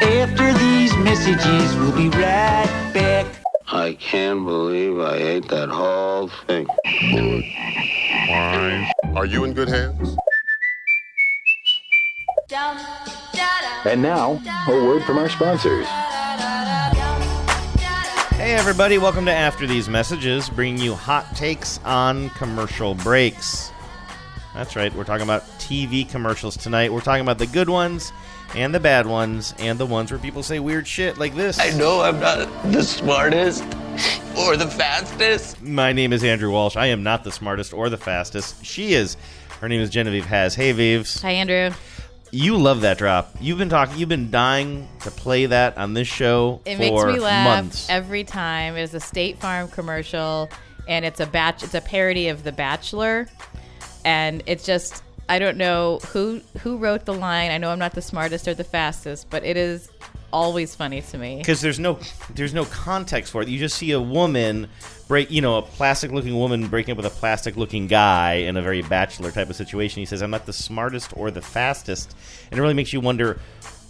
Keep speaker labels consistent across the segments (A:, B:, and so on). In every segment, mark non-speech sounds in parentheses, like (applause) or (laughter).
A: after these messages. We'll be right back.
B: I can't believe I ate that whole thing.
C: Are you in good hands?
D: And now, a word from our sponsors.
E: Hey, everybody, welcome to After These Messages, bringing you hot takes on commercial breaks. That's right, we're talking about TV commercials tonight. We're talking about the good ones and the bad ones and the ones where people say weird shit like this.
F: I know I'm not the smartest or the fastest.
E: My name is Andrew Walsh. I am not the smartest or the fastest. She is. Her name is Genevieve Has. Hey, Vives.
G: Hi, Andrew.
E: You love that drop. You've been talking. You've been dying to play that on this show
G: It
E: for
G: makes me laugh
E: months.
G: every time. It was a State Farm commercial, and it's a batch. It's a parody of The Bachelor, and it's just I don't know who who wrote the line. I know I'm not the smartest or the fastest, but it is always funny to me.
E: because there's no there's no context for it. You just see a woman break, you know, a plastic looking woman breaking up with a plastic looking guy in a very bachelor type of situation. He says, "I'm not the smartest or the fastest," and it really makes you wonder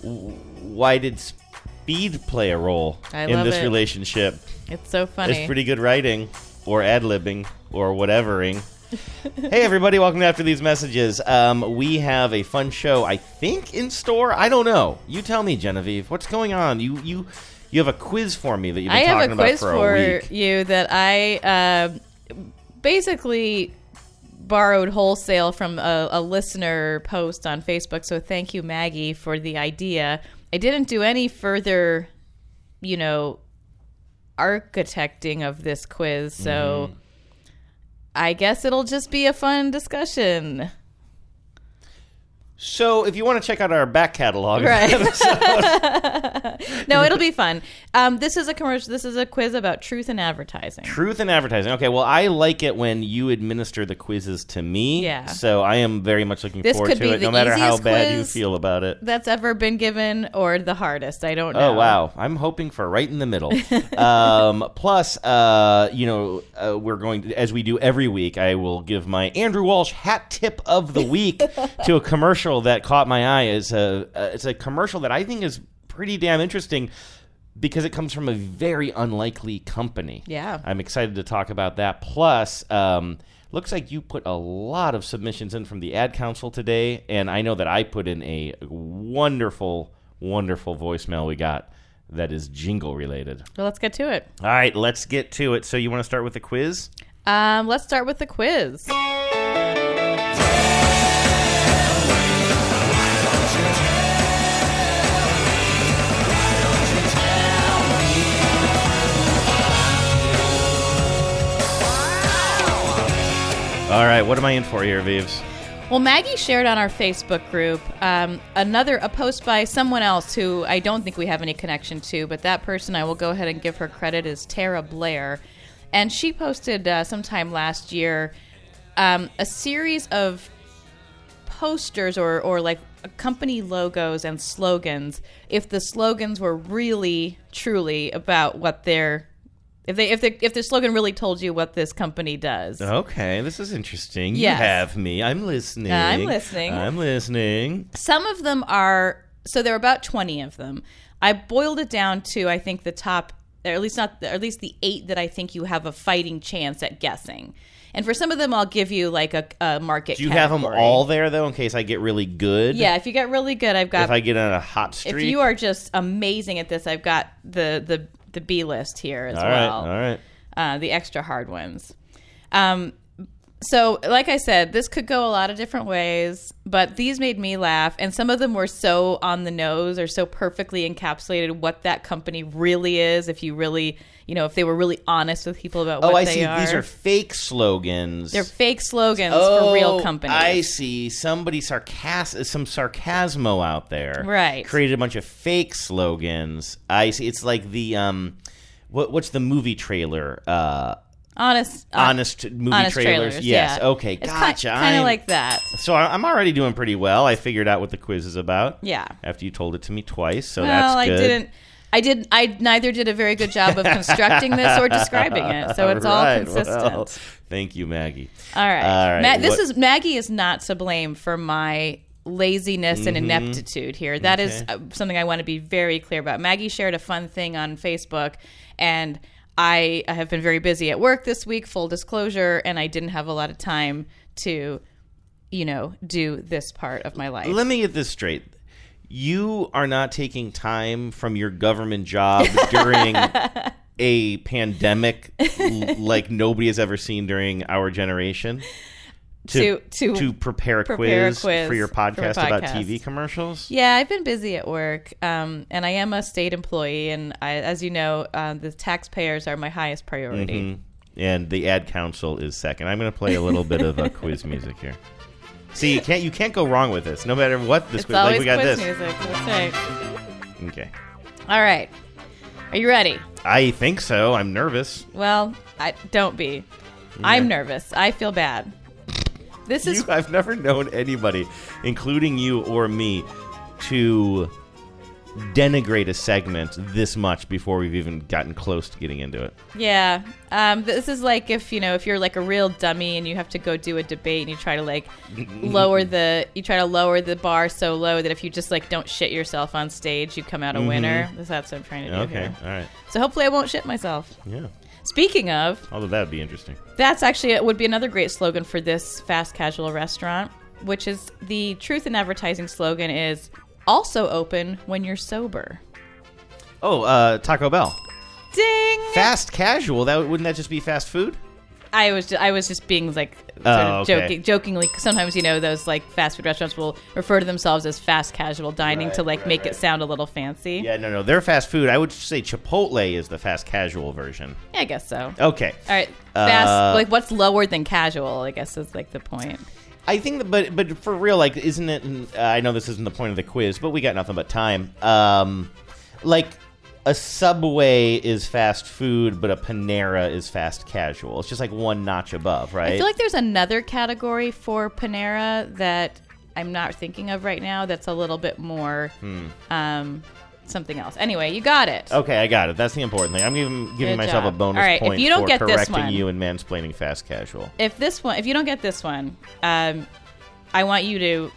E: w- why did speed play a role
G: I
E: in
G: love
E: this
G: it.
E: relationship?
G: It's so funny.
E: It's pretty good writing, or ad libbing, or whatevering. hey, everybody, welcome to After These Messages. Um, we have a fun show, I think, in store. I don't know. You tell me, Genevieve, what's going on? You you you have a quiz for me that you've been
G: I have
E: talking
G: a quiz
E: about
G: for
E: for, a week.
G: you that I um basically borrowed wholesale from a, a listener post on Facebook. So thank you, Maggie, for the idea. I didn't do any further, you know, architecting of this quiz. So
E: Mm-hmm.
G: I guess it'll just be a
E: (laughs)
G: fun discussion.
E: So, if you want to check out our back catalog,
G: Right. (laughs) No, it'll be fun. Um, this is a commercial. This is a quiz about truth in advertising.
E: Truth in advertising. Okay, well, I like it when you administer the quizzes to me.
G: Yeah.
E: So I am very much looking
G: This
E: forward
G: could
E: to
G: be
E: it,
G: the
E: no matter how
G: easiest
E: bad you
G: quiz.
E: feel about it.
G: That's ever been given, or the hardest. I don't know.
E: Oh wow! I'm hoping for right in the middle. (laughs) um, plus, uh, you know, uh, we're going to, as we do every week. I will give my Andrew Walsh hat tip of the
G: (laughs)
E: week to a commercial that caught my eye. is a uh, It's a commercial that I think is pretty damn interesting because it comes from a very unlikely company.
G: Yeah.
E: I'm excited to talk about that. Plus, um, looks like you put a lot of submissions in from the ad council today, and I know that I put in a wonderful, wonderful voicemail we got that is jingle related.
G: Well, let's get to it.
E: All right, let's get to it. So, you want to start with the quiz?
G: Um, let's start with the quiz.
E: All right, what am I in for here, Vives?
G: Well, Maggie shared on our Facebook group um, another a post by someone else who I don't think we have any connection to, but that person I will go ahead and give her credit is Tara Blair, and she posted uh, sometime last year um, a series of posters or or like company logos and slogans if the slogans were really truly about what their if they if the if the slogan really told you what this company does.
E: Okay, this is interesting.
G: Yes.
E: You have me. I'm listening.
G: I'm listening.
E: I'm listening.
G: some of them are so there are about 20 of them i boiled it down to i think the top or at least not or at least the eight that i think you have a fighting chance at guessing and for some of them i'll give you like a, a market
E: Do you have 'em have them
G: category.
E: all there though, in case I get really good?
G: yeah if you get really good i've got
E: If I get on a hot streak.
G: if you are just amazing at this i've got the the the b list here as
E: All right,
G: well
E: all right.
G: uh, the extra hard ones. Um, so, like I said, this could go a lot of different ways, but these made me laugh. And some of them were so on the nose or so perfectly encapsulated what that company really is. If you really, you know, if they were really honest with people about
E: Oh,
G: what
E: I
G: they
E: see.
G: are.
E: These are fake slogans.
G: They're fake slogans
E: oh,
G: for real companies.
E: I see. Somebody sarcasm, some sarcasmo out there,
G: Right.
E: Created a bunch of fake slogans. I see. It's like the um, what, what's the movie trailer? Uh,
G: honest,
E: honest movie
G: Uh, honest
E: trailers. Yes.
G: yeah.
E: Okay.
G: It's
E: gotcha.
G: Kind of
E: I'm-
G: like that.
E: So I- I'm already doing pretty well. I figured out what the quiz is about.
G: Yeah.
E: After you told it to me twice, so
G: Well,
E: that's
G: I
E: good.
G: didn't. I did. I neither did a very good job of constructing this or describing it, so it's all
E: right,
G: consistent.
E: well, thank you, Maggie.
G: all right.
E: all right,
G: Ma- this
E: what-
G: is Maggie is not to blame for my laziness and
E: Mm-hmm.
G: ineptitude here. That is uh something I want to be very clear about. Maggie shared a fun thing on Facebook, and I I have been very busy at work this week, full disclosure, and I didn't have a lot of time to, you know, do this part of my life.
E: Let me get this straight. You are not taking time from your government job during
G: (laughs)
E: a pandemic l- like nobody has ever seen during our generation
G: To- to
E: prepare, a,
G: prepare a
E: quiz
G: quiz
E: for your
G: for a
E: podcast, about
G: podcast.
E: TV commercials.
G: Yeah, I've been busy at work, um, and I am a state employee, and I, as you know, uh, the taxpayers are my highest priority.
E: Mm-hmm. And the ad council is second. I'm going to play a little bit of a quiz music here. See, you can't you can't go wrong with this. No matter what this
G: It's
E: quiz,
G: always
E: like we got
G: quiz
E: this.
G: music. That's right.
E: Okay,
G: All right, are you ready?
E: I think so. I'm nervous.
G: Well, I don't be. I'm nervous. I feel bad. This
E: (laughs)
G: is
E: You, I've never known anybody, including you or me, to denigrate a segment this much before we've even gotten close to getting into it.
G: yeah. Um, this is like if you know if you're like a real dummy and you have to go do a debate and you try to like
E: (laughs)
G: lower the you try to lower the bar so low that if you just like don't shit yourself on stage you come out a winner. That's what I'm trying to do.
E: Mm-hmm. Okay,
G: here.
E: all right,
G: So hopefully I won't shit myself.
E: yeah.
G: Speaking of,
E: Although that would be interesting.
G: that's actually it would be another great slogan for this fast casual restaurant, which is the truth in advertising slogan is also open when you're sober.
E: Oh, uh, Taco Bell,
G: Ding!
E: fast casual. That wouldn't that just be fast food?
G: I was just, I was just being like sort
E: Oh,
G: of
E: okay.
G: joking, jokingly. Sometimes you know those like fast food restaurants will refer to themselves as fast casual dining to like make it sound a little fancy.
E: Yeah, no, no, they're fast food. I would say Chipotle is the fast casual version.
G: Yeah, I guess so.
E: Okay,
G: All right, fast
E: Oh. Uh,
G: like what's lower than casual? I guess is like the point.
E: I think, that, but but for real, like, isn't it? and, Uh, I know this isn't the point of the quiz, but we got nothing but time. Um, like a Subway is fast food, but a Panera is fast casual. It's just like one notch above, right?
G: I feel like there's another category for Panera that I'm not thinking of right now. That's a little bit more
E: Hmm.
G: um, something else. Anyway, you got it.
E: okay, I got it. That's the important thing. I'm giving giving
G: Good
E: myself a
G: job.
E: bonus
G: All right, if
E: point
G: you don't
E: for
G: get this
E: correcting
G: one-
E: you and mansplaining fast casual.
G: if this one if you don't get this one um, i want you to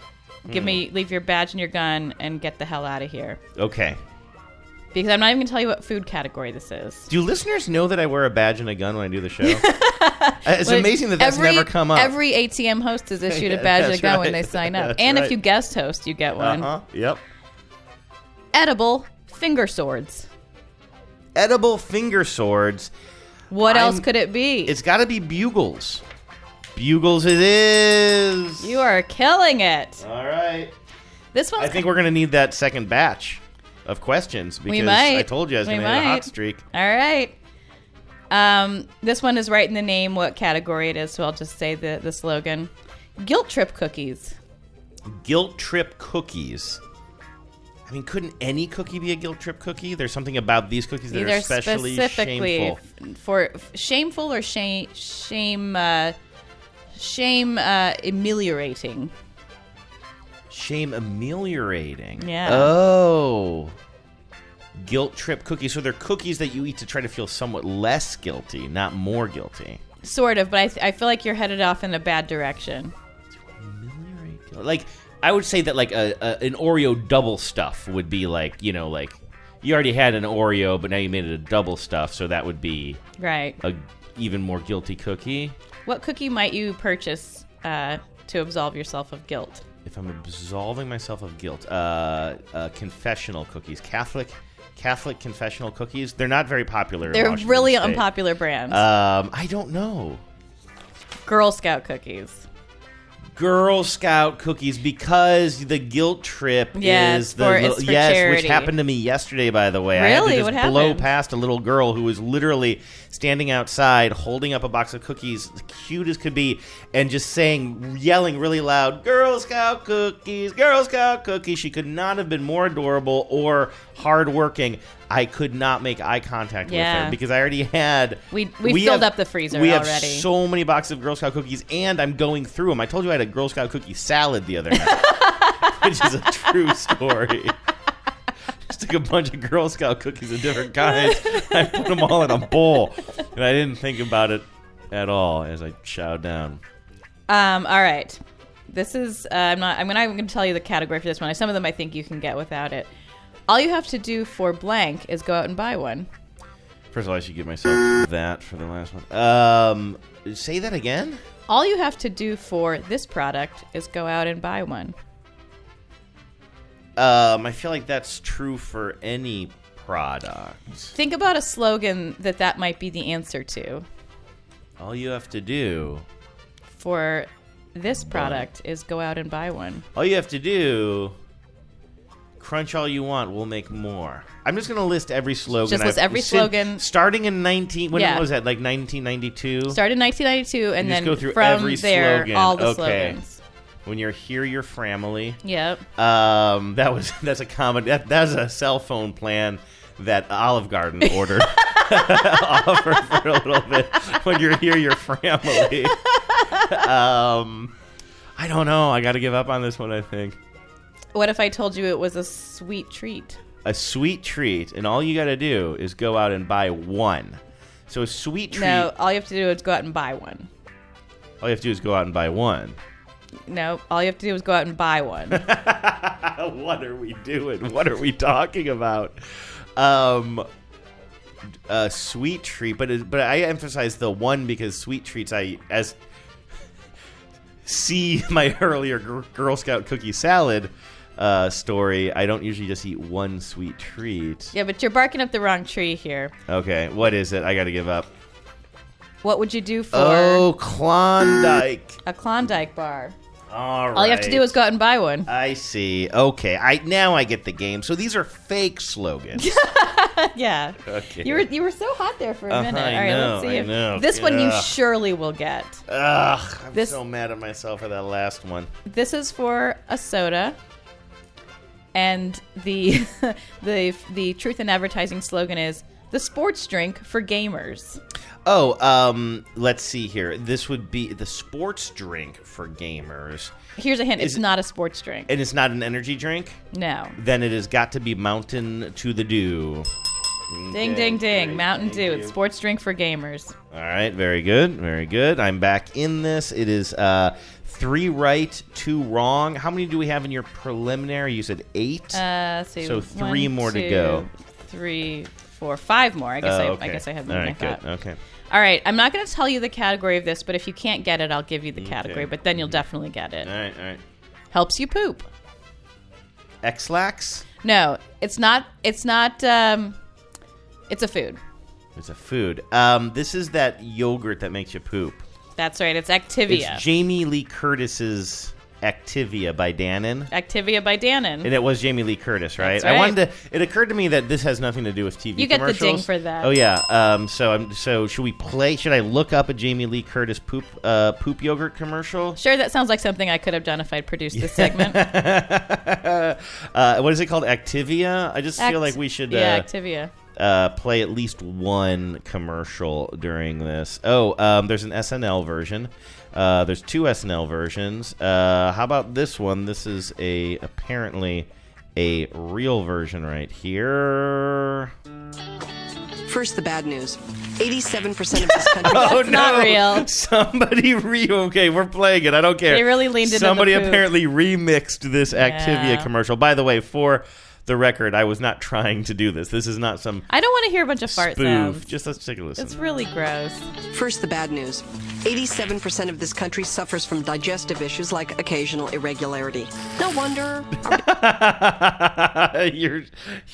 G: give me
E: Hmm.
G: leave your badge and your gun and get the hell out of here
E: Okay.
G: because i'm not even gonna tell you what food category this is
E: Do listeners know that I wear a badge and a gun when I do the
G: (laughs)
E: show? Uh, it's
G: But
E: amazing that that's
G: every-
E: never come up.
G: every atm host is
E: (laughs)
G: issued
E: Yeah,
G: a badge and a
E: that's
G: gun when
E: right.
G: they sign
E: (laughs)
G: up
E: That's
G: and
E: right.
G: if you guest host you get one
E: uh-huh. Yep.
G: edible finger swords
E: Edible finger swords.
G: what else
E: I'm-
G: could it be
E: It's got to be bugles. Bugles it is.
G: you are killing it
E: All right.
G: this one's
E: I think we're going to need that second batch of questions because
G: might.
E: I told you I was
G: We
E: going to hit a
G: might.
E: hot streak.
G: All right. Um, this one is right in the name what category it is, so I'll just say the, the slogan Guilt Trip Cookies.
E: Guilt trip cookies. I mean, couldn't any cookie be a guilt trip cookie? There's something about these cookies that
G: These
E: are especially shameful.
G: f- for f- shameful or shame, shame, uh, shame uh, ameliorating.
E: Shame ameliorating.
G: Yeah.
E: Oh. Guilt trip cookies. So they're cookies that you eat to try to feel somewhat less guilty, not more guilty.
G: Sort of, but I, th- I feel like you're headed off in a bad direction.
E: Ameliorate guilt. Like I would say that like a, a an Oreo double stuff would be like you know like you already had an Oreo, but now you made it a double stuff, so that would be
G: Right.
E: a even more guilty cookie.
G: What cookie might you purchase uh, to absolve yourself of guilt?
E: If I'm absolving myself of guilt, uh, uh, confessional cookies, Catholic. Catholic confessional cookies, they're not very popular. in
G: They're
E: Washington
G: really
E: State.
G: unpopular brands.
E: Um, I don't know.
G: Girl Scout cookies.
E: Girl Scout cookies because the guilt trip
G: Yes,
E: is the
G: for- it's for
E: yes,
G: charity.
E: which happened to me yesterday. By the way, I had
G: Really?
E: to just
G: What
E: blow
G: happened?
E: past a little girl who was literally standing outside, holding up a box of cookies, cute as could be, and just saying, yelling really loud, "Girl Scout cookies, Girl Scout cookies." She could not have been more adorable or hardworking. I could not make eye contact with
G: Yeah.
E: her because I already had
G: We- we filled up the freezer
E: We have
G: already.
E: so so many boxes of Girl Scout cookies, and I'm going through them. I told you I had a Girl Scout cookie salad the other night,
G: (laughs)
E: which is a true story. Just took a bunch of Girl Scout cookies of different kinds. I put them all in a bowl, and I didn't think about it at all as I chowed down.
G: Um, all right. This is uh, I'm not I'm gonna I'm gonna tell you the category for this one. Some of them I think you can get without it. All you have to do for blank is go out and buy one.
E: First of all, I should give myself that for the last one. Um, say that again.
G: All you have to do for this product is go out and buy one.
E: Um, I feel like that's true for any product.
G: Think about a slogan that that might be the answer to.
E: All you have to do,
G: For this product is go out and buy one.
E: all you have to do, crunch all you want. We'll make more. I'm just gonna list every slogan.
G: Just list
E: I've-
G: every
E: sin-
G: slogan.
E: starting in 19. When
G: Yeah.
E: was that? Like 1992.
G: Start in 1992 and
E: You
G: then
E: just go through
G: from
E: every
G: there
E: slogan.
G: all the
E: Okay.
G: slogans.
E: When you're here, your family.
G: Yep.
E: Um, that was (laughs) that's a common that, that's a cell phone plan that Olive
G: (laughs)
E: Garden ordered. (laughs) Offer for a little bit when you're here, your
G: (laughs)
E: family. um, I don't know. I got to give up on this one. I think
G: What if I told you it was a sweet treat?
E: a sweet treat, and all you got to do is go out and buy one. So a sweet treat,
G: No, all you have to do is go out and buy one.
E: all you have to do is go out and buy one.
G: No, all you have to do is go out and buy one.
E: (laughs) what are we doing? What are we talking about? Um, a sweet treat, but it, but I emphasize the one because sweet treats I as see (laughs) my earlier Gr- Girl Scout cookie salad uh, story. I don't usually just eat one sweet treat.
G: yeah, but you're barking up the wrong tree here.
E: Okay, what is it? I got to give up.
G: What would you do for
E: Oh, Klondike.
G: a Klondike bar?
E: All right.
G: All you have to do is go out and buy one. (laughs)
E: I see. Okay, I now I get the game. So these are fake
G: (laughs)
E: slogans.
G: yeah.
E: Okay.
G: You were you were so hot there for a
E: Uh-huh,
G: minute.
E: I
G: All right, let's
E: know,
G: see
E: I
G: if
E: know.
G: this one you
E: Ugh.
G: surely will get.
E: Ugh, I'm
G: This-
E: so mad at myself for that last one.
G: This is for a soda. And the (laughs) the the truth in advertising slogan is the sports drink for gamers.
E: Oh, um, let's see here. This would be the sports drink for gamers,
G: Here's a hint:
E: Is
G: it's
E: it-
G: not a sports drink.
E: and it's not an energy drink.
G: No.
E: Then it has got to be Mountain to the Dew.
G: Ding ding ding!
E: Great,
G: Mountain
E: thank
G: Dew,
E: you.
G: it's sports drink for gamers.
E: All right, very good, very good. I'm back in this. It is uh, three right, two wrong. How many do we have in your preliminary? You said eight.
G: Uh, so,
E: So three
G: one,
E: more to
G: two,
E: go.
G: Three, four, five more. Uh, I guess
E: Oh,
G: I, I
E: okay.
G: guess I had
E: All
G: more
E: right,
G: than I
E: good.
G: thought.
E: Okay.
G: All right, I'm not going to tell you the category of this, but if you can't get it, I'll give you the category. But then you'll definitely get it.
E: Mm-hmm. All right, all right.
G: Helps you poop.
E: X-Lax?
G: No, it's not. It's not. Um, it's a food.
E: It's a food. Um, this is that yogurt that makes you poop.
G: That's right. It's
E: It's
G: Activia.
E: Jamie Lee Curtis's Activia by Dannon.
G: Activia by Dannon.
E: And it was Jamie Lee Curtis, right?
G: That's
E: I
G: right.
E: wanted to. It occurred to me that this has nothing to do with TV.
G: You get the ding
E: commercials.
G: for that.
E: Oh yeah. Um. So I'm. So should we play? Should I look up a Jamie Lee Curtis poop uh poop yogurt commercial?
G: Sure, that sounds like something I could have done if I'd produced
E: (laughs)
G: this segment.
E: uh, what is it called? Activia. I just
G: Act-
E: feel like we should.
G: Yeah,
E: uh, (laughs)
G: Activia.
E: uh, play at least one commercial during this. Oh, um, there's an SNL version. Uh, there's two SNL versions. Uh, how about this one? This is a apparently a real version right here. (laughs)
H: First, the bad news 87% of this
E: (laughs)
H: country.
E: Oh no!
G: not real.
E: Somebody re okay, we're playing it. I don't care.
G: They really leaned into the
E: Somebody
G: poop.
E: apparently remixed this Activia
G: Yeah.
E: commercial. By the way, for the record, I was not trying to do this. This is not some
G: I don't want to hear a bunch of fart
E: spoof.
G: sounds.
E: Just let's take a listen.
G: It's really gross.
H: First, the bad news 87% of this country suffers from digestive issues like occasional irregularity. No wonder. Our
E: (laughs) you're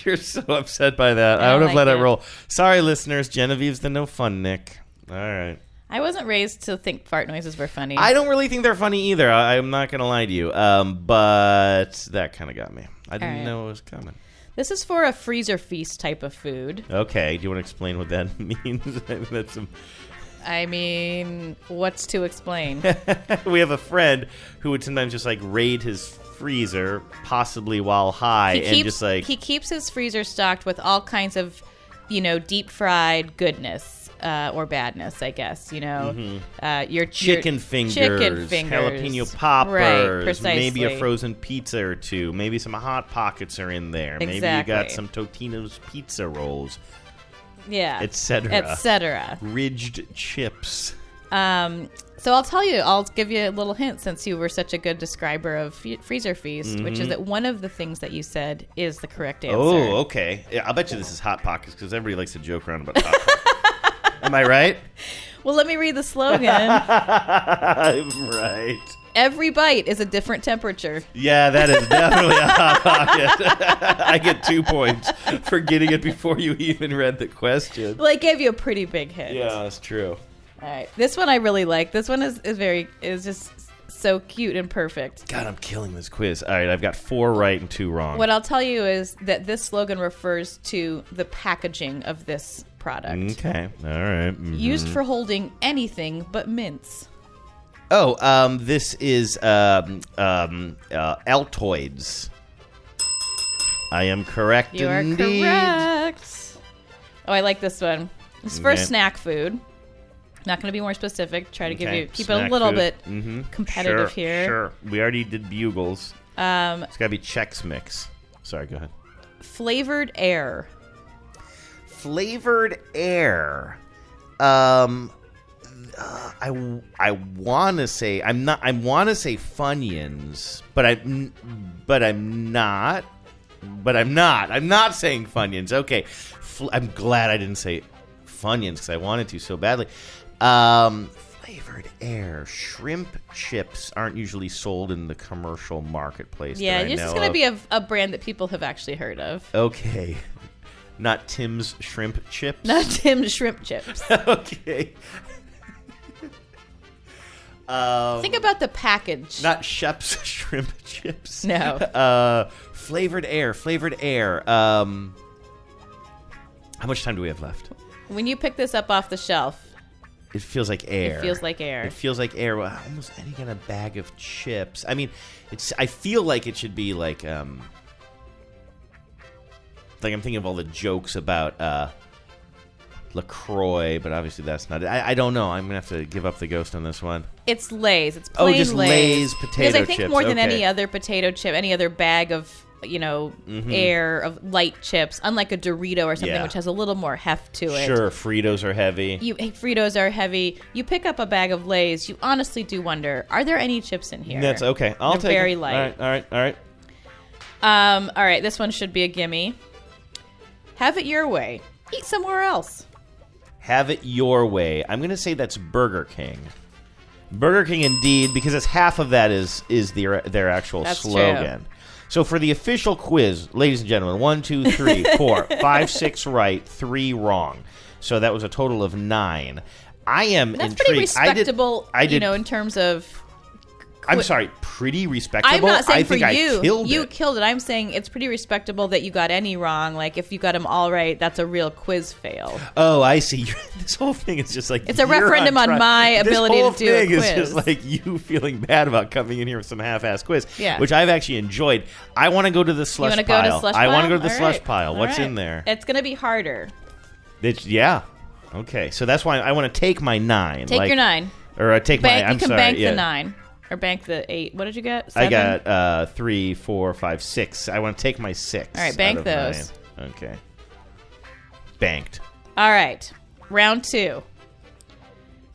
E: you're so upset by that. I,
G: I
E: would
G: don't
E: have let
G: like
E: it
G: it.
E: roll. Sorry, listeners. Genevieve's the no fun Nick. All right.
G: I wasn't raised to think fart noises were funny.
E: I don't really think they're funny either. I, I'm not gonna lie to you. Um, but that kind of got me. I didn't
G: right.
E: know it was coming.
G: This is for a freezer feast type of food.
E: Okay. Do you want to explain what that (laughs) means? I mean, That's some,
G: I mean, what's
E: (laughs)
G: to explain?
E: we have a friend who would sometimes just like raid his freezer, possibly while high,
G: he
E: and just like
G: he keeps his freezer stocked with all kinds of, you know, deep fried goodness uh, or badness, I guess. You know, uh, your your
E: Mm-hmm. chicken fingers,
G: chicken fingers,
E: jalapeno poppers,
G: right? Precisely.
E: maybe a frozen pizza or two, maybe some hot pockets are in there, maybe you
G: Exactly.
E: got some Totino's pizza rolls,
G: yeah,
E: etc.
G: etc.
E: Ridged chips.
G: Um, so I'll tell you, I'll give you a little hint since you were such a good describer of Fe- Freezer Feast, which is that one of the things that you said is the correct answer.
E: Mm-hmm. Oh, okay. Yeah, I'll bet you this is Hot Pockets because everybody likes to joke around about Hot Pockets. (laughs) Am I right?
G: Well, let me read the
E: (laughs)
G: slogan.
E: I'm right.
G: Every bite is a different temperature.
E: Yeah, that is definitely a Hot Pocket. (laughs) I get two points for getting it before you even read the question.
G: Well, I gave you a pretty big hint.
E: Yeah, that's true.
G: All right. This one I really like. This one is, is very is just so cute and perfect.
E: God, I'm killing this quiz. All right, I've got four right and two wrong.
G: What I'll tell you is that this slogan refers to the packaging of this product.
E: Mm, okay. All right. Mm.
G: Used for holding anything but mints.
E: Oh, um, this is um, um, uh, Altoids. I am correct.
G: You are
E: indeed.
G: correct. Oh, I like this one. It's for
E: Okay.
G: snack food. Not going to be more specific. Try to give
E: Okay,
G: you keep it
E: snack
G: a little
E: food.
G: bit
E: Mhm. Sure,
G: competitive here.
E: Sure. We already did bugles.
G: Um,
E: It's got to be Chex Mix. Sorry, go ahead.
G: flavored air.
E: Flavored air. Um, uh, I I want to say I'm not. I want to say Funyuns, but I'm but I'm not. But I'm not. I'm not saying Funyuns. Okay. Fl- I'm glad I didn't say Funyuns because I wanted to so badly. Um, flavored air. Shrimp chips aren't usually sold in the commercial marketplace.
G: Yeah,
E: that I
G: this is
E: know
G: going to
E: of.
G: be a, a brand that people have actually heard of.
E: Okay. (laughs) Not Tim's shrimp chips.
G: Not (laughs) Tim Shrimp Chips.
E: (laughs) okay. Um,
G: Think about the package.
E: not Shep's (laughs) shrimp chips.
G: No.
E: Uh, flavored air. Flavored air. Um, how much time do we have left?
G: when you pick this up off the shelf,
E: It feels like air.
G: feels like air.
E: It feels like air. Well, almost any kind of bag of chips. I mean, it's. I feel like it should be like um. Like I'm thinking of all the jokes about uh, Lacroix, but obviously that's not it. I, I don't know. I'm gonna have to give up the ghost on this one.
G: It's Lay's. It's
E: Oh,
G: plain
E: just Lay's
G: Lay's
E: potato
G: Because I think
E: chips.
G: more than
E: Okay.
G: any other potato chip, any other bag of you know air of light chips, unlike a Dorito or something
E: Mm-hmm. Yeah.
G: which has a little more heft to it.
E: Sure, Fritos are heavy.
G: You hey, Fritos are heavy. You pick up a bag of Lay's. You honestly do wonder: Are there any chips in here?
E: That's okay. I'll
G: They're
E: take
G: very
E: it.
G: light.
E: All right, all right, all right.
G: Um, all right, this one should be a gimme. Have it your way. Eat somewhere else.
E: Have it your way. I'm gonna say that's Burger King. Burger King, indeed, because it's half of that is is their their actual
G: That's
E: slogan. So for the official quiz, ladies and gentlemen, one, two,
G: (laughs)
E: three, four, five, six right, three wrong. So that was a total of nine. I am
G: That's
E: intrigued.
G: pretty
E: I did-
G: respectable.
E: I did.
G: you know, in terms of
E: I'm
G: quit-
E: sorry, pretty respectable.
G: I'm not saying
E: I
G: for
E: think
G: you.
E: I killed
G: you
E: it.
G: killed it. I'm saying it's pretty respectable that you got any wrong. Like if you got them all right, that's a real quiz fail.
E: Oh, I see. (laughs) You're, this whole thing is just like
G: It's a
E: you're
G: referendum on
E: trial.
G: my
E: This
G: ability
E: whole
G: to do a
E: thing is
G: quiz.
E: just like you feeling bad about coming in here with some half-ass quiz,
G: Yeah.
E: which I've actually enjoyed. I want to go to the
G: You
E: slush
G: want to go
E: pile.
G: to slush
E: I
G: pile?
E: want to go to the
G: All
E: slush
G: right.
E: pile.
G: All
E: What's
G: right.
E: in there?
G: It's gonna be harder.
E: It's, yeah. Okay, so that's why I want to take my nine.
G: Take
E: like-
G: your nine.
E: or uh, take
G: Bank.
E: my. I'm
G: you can
E: sorry.
G: bank
E: yeah.
G: the nine or bank the eight. What did you get?
E: I
G: Seven?
E: got uh, three, four, five, six. I want to take my six.
G: All right, bank
E: out of
G: those.
E: nine. Okay. Banked.
G: All right, round two.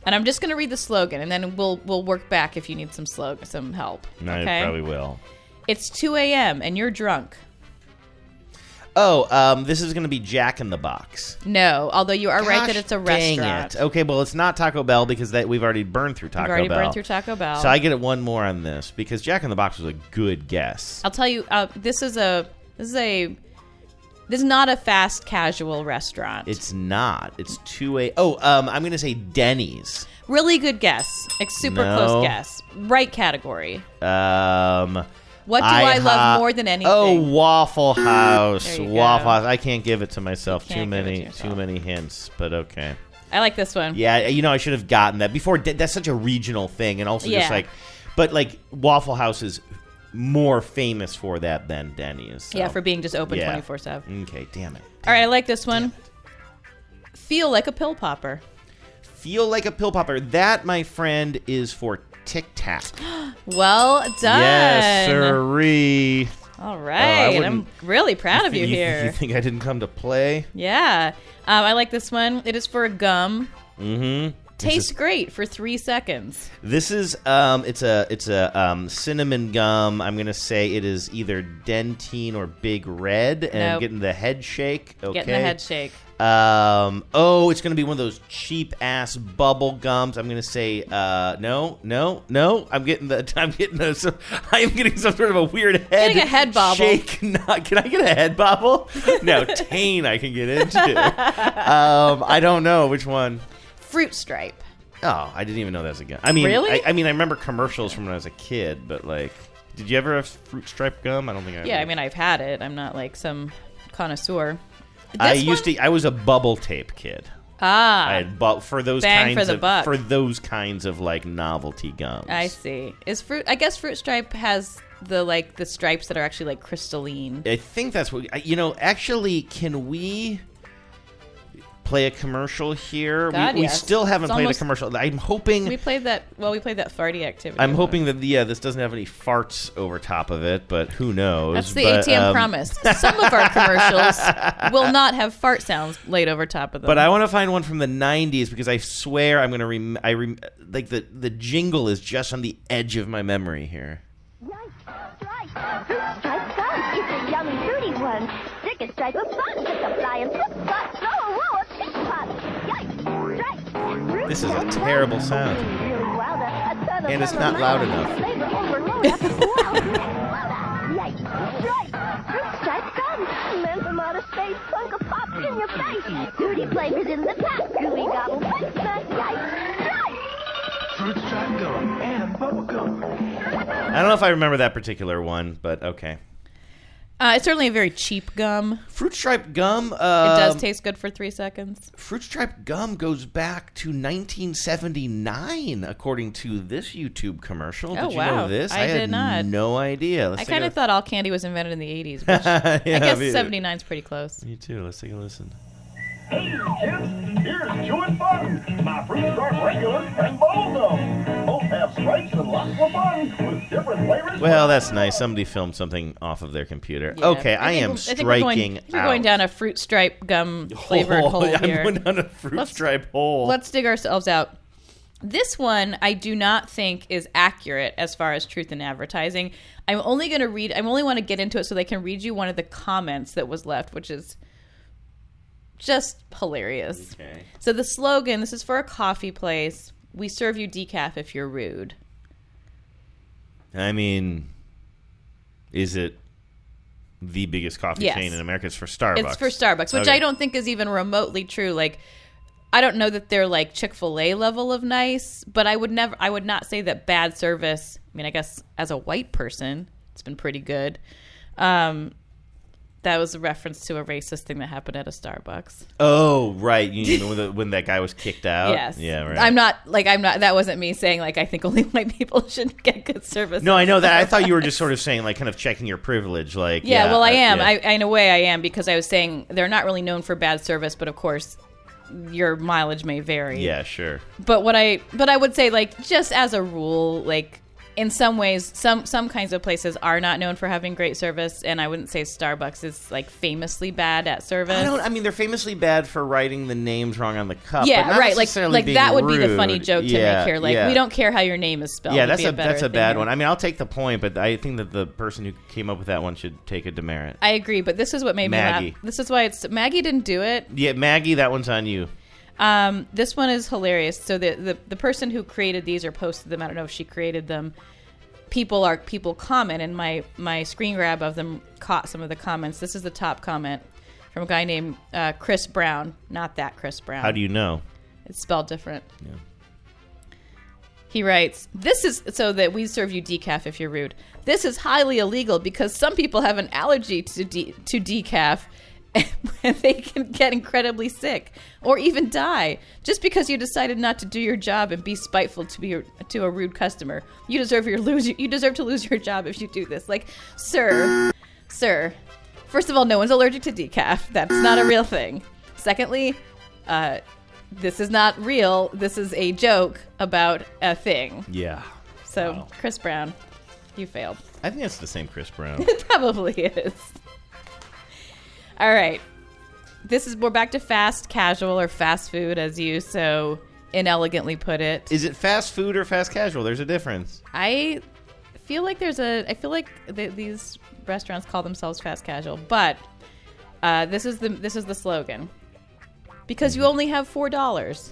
G: And I'm just gonna read the slogan, and then we'll we'll work back if you need some slog some help.
E: And
G: okay.
E: I probably will.
G: It's 2 a.m. and you're drunk.
E: Oh, um, this is going to be Jack in the Box.
G: No, although you are Oh, right that
E: Gosh
G: it's a
E: dang
G: restaurant.
E: it. Okay, well, it's not Taco Bell because that we've already burned through Taco
G: We've already
E: Bell.
G: burned through Taco Bell.
E: So I get it one more on this because Jack in the Box was a good guess.
G: I'll tell you, uh, this is a this is a this is not a fast casual restaurant.
E: It's not. It's two a. Oh, um, I'm gonna say Denny's.
G: really good guess, like super
E: No.
G: close guess, right category.
E: Um,
G: What do I love more than anything?
E: Oh, Waffle House.
G: There you go.
E: Waffle House. I can't give it to myself.
G: You
E: Too
G: can't give it
E: many,
G: to yourself.
E: too many hints. But okay.
G: I like this one.
E: Yeah, you know, I should have gotten that before. De- That's such a regional thing, and also
G: Yeah.
E: just like, but like Waffle House is more famous for that than Denny's. so.
G: Yeah, for being just open
E: Yeah. Mm-hmm.
G: twenty four seven.
E: Okay, damn it.
G: All right, I like this one. Feel like a pill popper.
E: Feel like a pill popper. That, my friend, is for Tic
G: (gasps)
E: Tac.
G: Well done.
E: yes, sirree.
G: All
E: Oh, I
G: right, I'm
E: wouldn't-
G: really
E: (laughs)
G: proud of you,
E: you,
G: here.
E: You
G: (laughs)
E: think I didn't come to play?
G: yeah, um, I like this one. It is for a gum.
E: Mm-hmm.
G: Tastes great for three seconds.
E: This is um, it's a it's a um, cinnamon gum. I'm gonna say it is either dentine or big red, and I'm
G: Nope.
E: getting the head shake. Okay.
G: Getting the head shake.
E: Um, oh, it's gonna be one of those cheap ass bubble gums. I'm gonna say uh, no, no, no. I'm getting the (laughs) I'm getting the so- I am getting some sort of a weird head
G: Getting a head bobble.
E: shake. (laughs) Not, can I get a head bobble?
G: (laughs)
E: No, tane I can get into. um, I don't know which one.
G: Fruit stripe.
E: Oh, I didn't even know that was a gum. I mean,
G: Really?
E: I, I mean, I remember commercials from when I was a kid, but like, did you ever have fruit stripe gum? I don't think I.
G: Yeah, I
E: ever-
G: mean, I've had it. I'm not like some connoisseur.
E: I
G: This
E: used
G: one-
E: to. I was a bubble tape kid.
G: Ah,
E: I had bu- for those
G: Bang
E: kinds
G: for the
E: of
G: buck.
E: for those kinds of like novelty gums.
G: I see. Is fruit? I guess fruit stripe has the like the stripes that are actually like crystalline.
E: I think that's what I- you know. Actually, can we play a commercial here?
G: God,
E: we,
G: yes.
E: we still haven't
G: It's
E: played
G: almost-
E: a commercial. I'm hoping.
G: We played that. Well, we played that farty activity.
E: I'm
G: one.
E: hoping that yeah, this doesn't have any farts over top of it, but who knows?
G: That's the
E: But,
G: ATM
E: um,
G: promise. Some of
E: (laughs)
G: our commercials will not have fart sounds laid over top of them.
E: But I want to find one from the '90s because I swear I'm gonna rem- I rem- like the the jingle is just on the edge of my memory here.
I: Stripe, stripe, fruit stripe gum is a young fruity one. Stick a stripe of fun with a fly and flip flop, throw a row of pitch pops. Yikes, stripe, fruit
E: This is a
I: stripe gum.
E: terrible sound.
I: Really wild, a- a ton of
E: And it's
I: fun
E: not
I: with
E: loud
I: mine.
E: enough.
I: Flavor overload after wow. Yikes, stripe, fruit stripe gum. Man from outer space, punk a pop in your face. Fruity flavors in the pack, gooey gobble, pizza. Yikes, stripe.
E: I don't know if I remember that particular one, but okay.
G: uh, it's certainly a very cheap gum.
E: Fruit stripe gum. Uh, it
G: It does taste good for three seconds.
E: Fruit stripe gum goes back to 1979, according to this YouTube commercial.
G: Oh,
E: did you
G: wow.
E: know this?
G: I
E: had
G: did not.
E: No idea. Let's
G: I
E: take
G: kind
E: a- (laughs)
G: of thought all candy was invented in the 80s, but
E: Yeah,
G: I guess
E: me-
G: 79 is pretty close.
E: Me too. Let's take a listen.
J: Hey, kids, here's chewing fun. My fruit stripe regular and bubble gum. Both have stripes and lots of fun with different flavors.
E: Well, that's nice. Somebody filmed something off of their computer.
G: Yeah.
E: Okay, I,
G: think-
E: am
G: think
E: striking
G: we're going,
E: out.
G: We're going down a fruit stripe gum
E: (laughs)
G: flavored
E: Oh,
G: hole here.
E: I'm going down a fruit
G: Let's-
E: stripe hole.
G: Let's dig ourselves out. This one I do not think is accurate as far as truth in advertising. I'm only going to read, I only want to get into it so they can read you one of the comments that was left, which is just hilarious.
E: Okay.
G: So the slogan this is for a coffee place. We serve you decaf if you're rude.
E: I mean, is it the biggest coffee
G: Yes.
E: chain in America? It's for Starbucks.
G: It's for Starbucks, which
E: Okay.
G: I don't think is even remotely true. Like, I don't know that they're like Chick Fil A level of nice, but I would never, I would not say that bad service. I mean, I guess as a white person, it's been pretty good. Um, that was a reference to a racist thing that happened at a Starbucks.
E: Oh, right. You know, when, the, when that guy was kicked out.
G: yes.
E: Oh, Yeah. Right.
G: I'm not like I'm not. That wasn't me saying like I think only (laughs) white people should get good service.
E: No, I know that. I thought you were just sort of saying, like, kind of checking your privilege. Like,
G: Yeah, well, I am.
E: yeah.
G: I, in a way, I am because I was saying they're not really known for bad service, but of course, your mileage may vary.
E: Yeah, sure.
G: But what I, but I would say, like, just as a rule, like, in some ways, some some kinds of places are not known for having great service, and I wouldn't say Starbucks is like famously bad at service.
E: I don't. I mean, they're famously bad for writing the names wrong on the cup.
G: yeah,
E: but not
G: right. Like,
E: necessarily
G: like
E: being
G: that would be the funny
E: rude.
G: joke to
E: Yeah,
G: make here. Like,
E: yeah.
G: we don't care how your name is spelled.
E: Yeah,
G: would
E: that's
G: be
E: a,
G: better
E: that's a
G: thing
E: bad
G: here.
E: one. I mean, I'll take the point, but I think that the person who came up with that one should take a demerit.
G: I agree, but this is what made me
E: Maggie.
G: laugh. This is why it's Maggie didn't do it.
E: Yeah, Maggie, that one's on you.
G: Um, this one is hilarious. So the, the the person who created these or posted them, I don't know if she created them. People are people comment, and my my screen grab of them caught some of the comments. This is the top comment from a guy named uh, Chris Brown. Not that Chris Brown.
E: How do you know?
G: It's spelled different. He writes, This is so that we serve you decaf if you're rude. This is highly illegal because some people have an allergy to, de- to decaf (laughs) and they can get incredibly sick or even die just because you decided not to do your job and be spiteful to be to a rude customer. You deserve your lose you deserve to lose your job if you do this. Like, sir, sir. First of all, no one's allergic to decaf. That's not a real thing. Secondly, uh, this is not real. This is a joke about a thing.
E: Yeah,
G: So, Chris Brown, you failed. (laughs)
E: I think that's the same Chris Brown.
G: It probably is. All right. This is we're back to fast casual or fast food as you so inelegantly put it.
E: Is it fast food or fast casual? There's a difference.
G: I feel like there's a. I feel like th- these restaurants call themselves fast casual, but uh, this is the this is the slogan because you only have four dollars.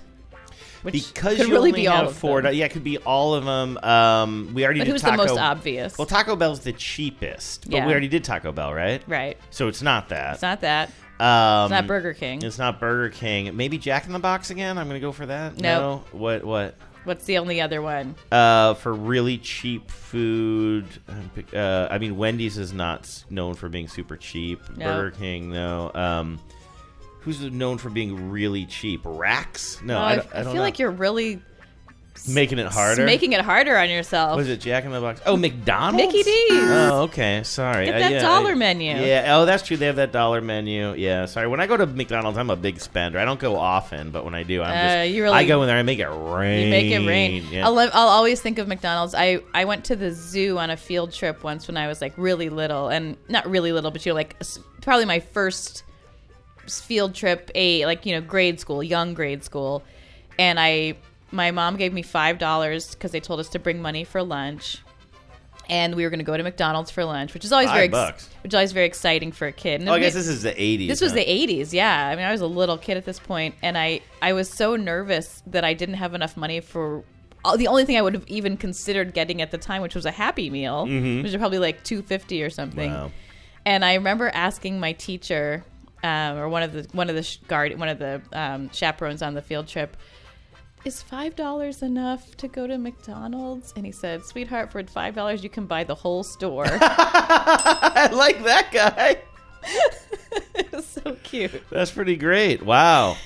G: Which
E: Mm-hmm. because
G: could
E: you
G: really
E: only
G: be all
E: have
G: of
E: four.
G: them.
E: do- Yeah, it could be all of them. Um, we already
G: But
E: did
G: who's the
E: Taco.
G: most obvious?
E: Well, Taco Bell's the cheapest, but
G: Yeah.
E: we already did Taco Bell, right?
G: right.
E: So it's not that.
G: It's not that.
E: um,
G: It's not Burger King.
E: It's not Burger King. Maybe Jack in the Box again. I'm gonna go for that.
G: Nope.
E: No. What? What?
G: What's the only other one?
E: Uh, for really cheap food, um, pick- uh, I mean Wendy's is not s- known for being super cheap.
G: No.
E: Burger King, no. Um, who's known for being really cheap? Racks? No,
G: Oh,
E: I,
G: I,
E: don't, I
G: I
E: don't
G: feel
E: know.
G: like you're really
E: making it harder.
G: making it harder on yourself.
E: Was it Jack in the Box? Oh, McDonald's.
G: Mickey D's.
E: Oh, okay. Sorry.
G: Get
E: Uh,
G: that
E: yeah,
G: dollar
E: I-
G: menu.
E: Yeah. Oh, that's true. They have that dollar menu. Yeah. Sorry. When I go to McDonald's, I'm a big spender. I don't go often, but when I do, I'm just.
G: Uh, you really-
E: I go in there. I make it rain.
G: You make it rain.
E: Yeah.
G: I'll, I'll always think of McDonald's. I, I went to the zoo on a field trip once when I was like really little, and not really little, but you know, like s- probably my first s- field trip, a like you know grade school, young grade school, and I my mom gave me five dollars because they told us to bring money for lunch. And we were going to go to McDonald's for lunch, which is always
E: Five
G: very ex-
E: bucks.
G: which is always very exciting for a kid. And
E: Oh, I
G: we-
E: guess this is the 80s.
G: this was
E: huh?
G: the 80s, yeah. I mean, I was a little kid at this point, and I I was so nervous that I didn't have enough money for all, the only thing I would have even considered getting at the time, which was a Happy Meal, which was probably like 250 or something.
E: Mm-hmm. Wow.
G: And I remember asking my teacher um, or one of the one of the sh- guard one of the um, chaperones on the field trip. Is five dollars enough to go to McDonald's? And he said, "Sweetheart, for five dollars you can buy the whole store." (laughs)
E: I (laughs) like that guy.
G: it was so cute.
E: That's pretty great. Wow.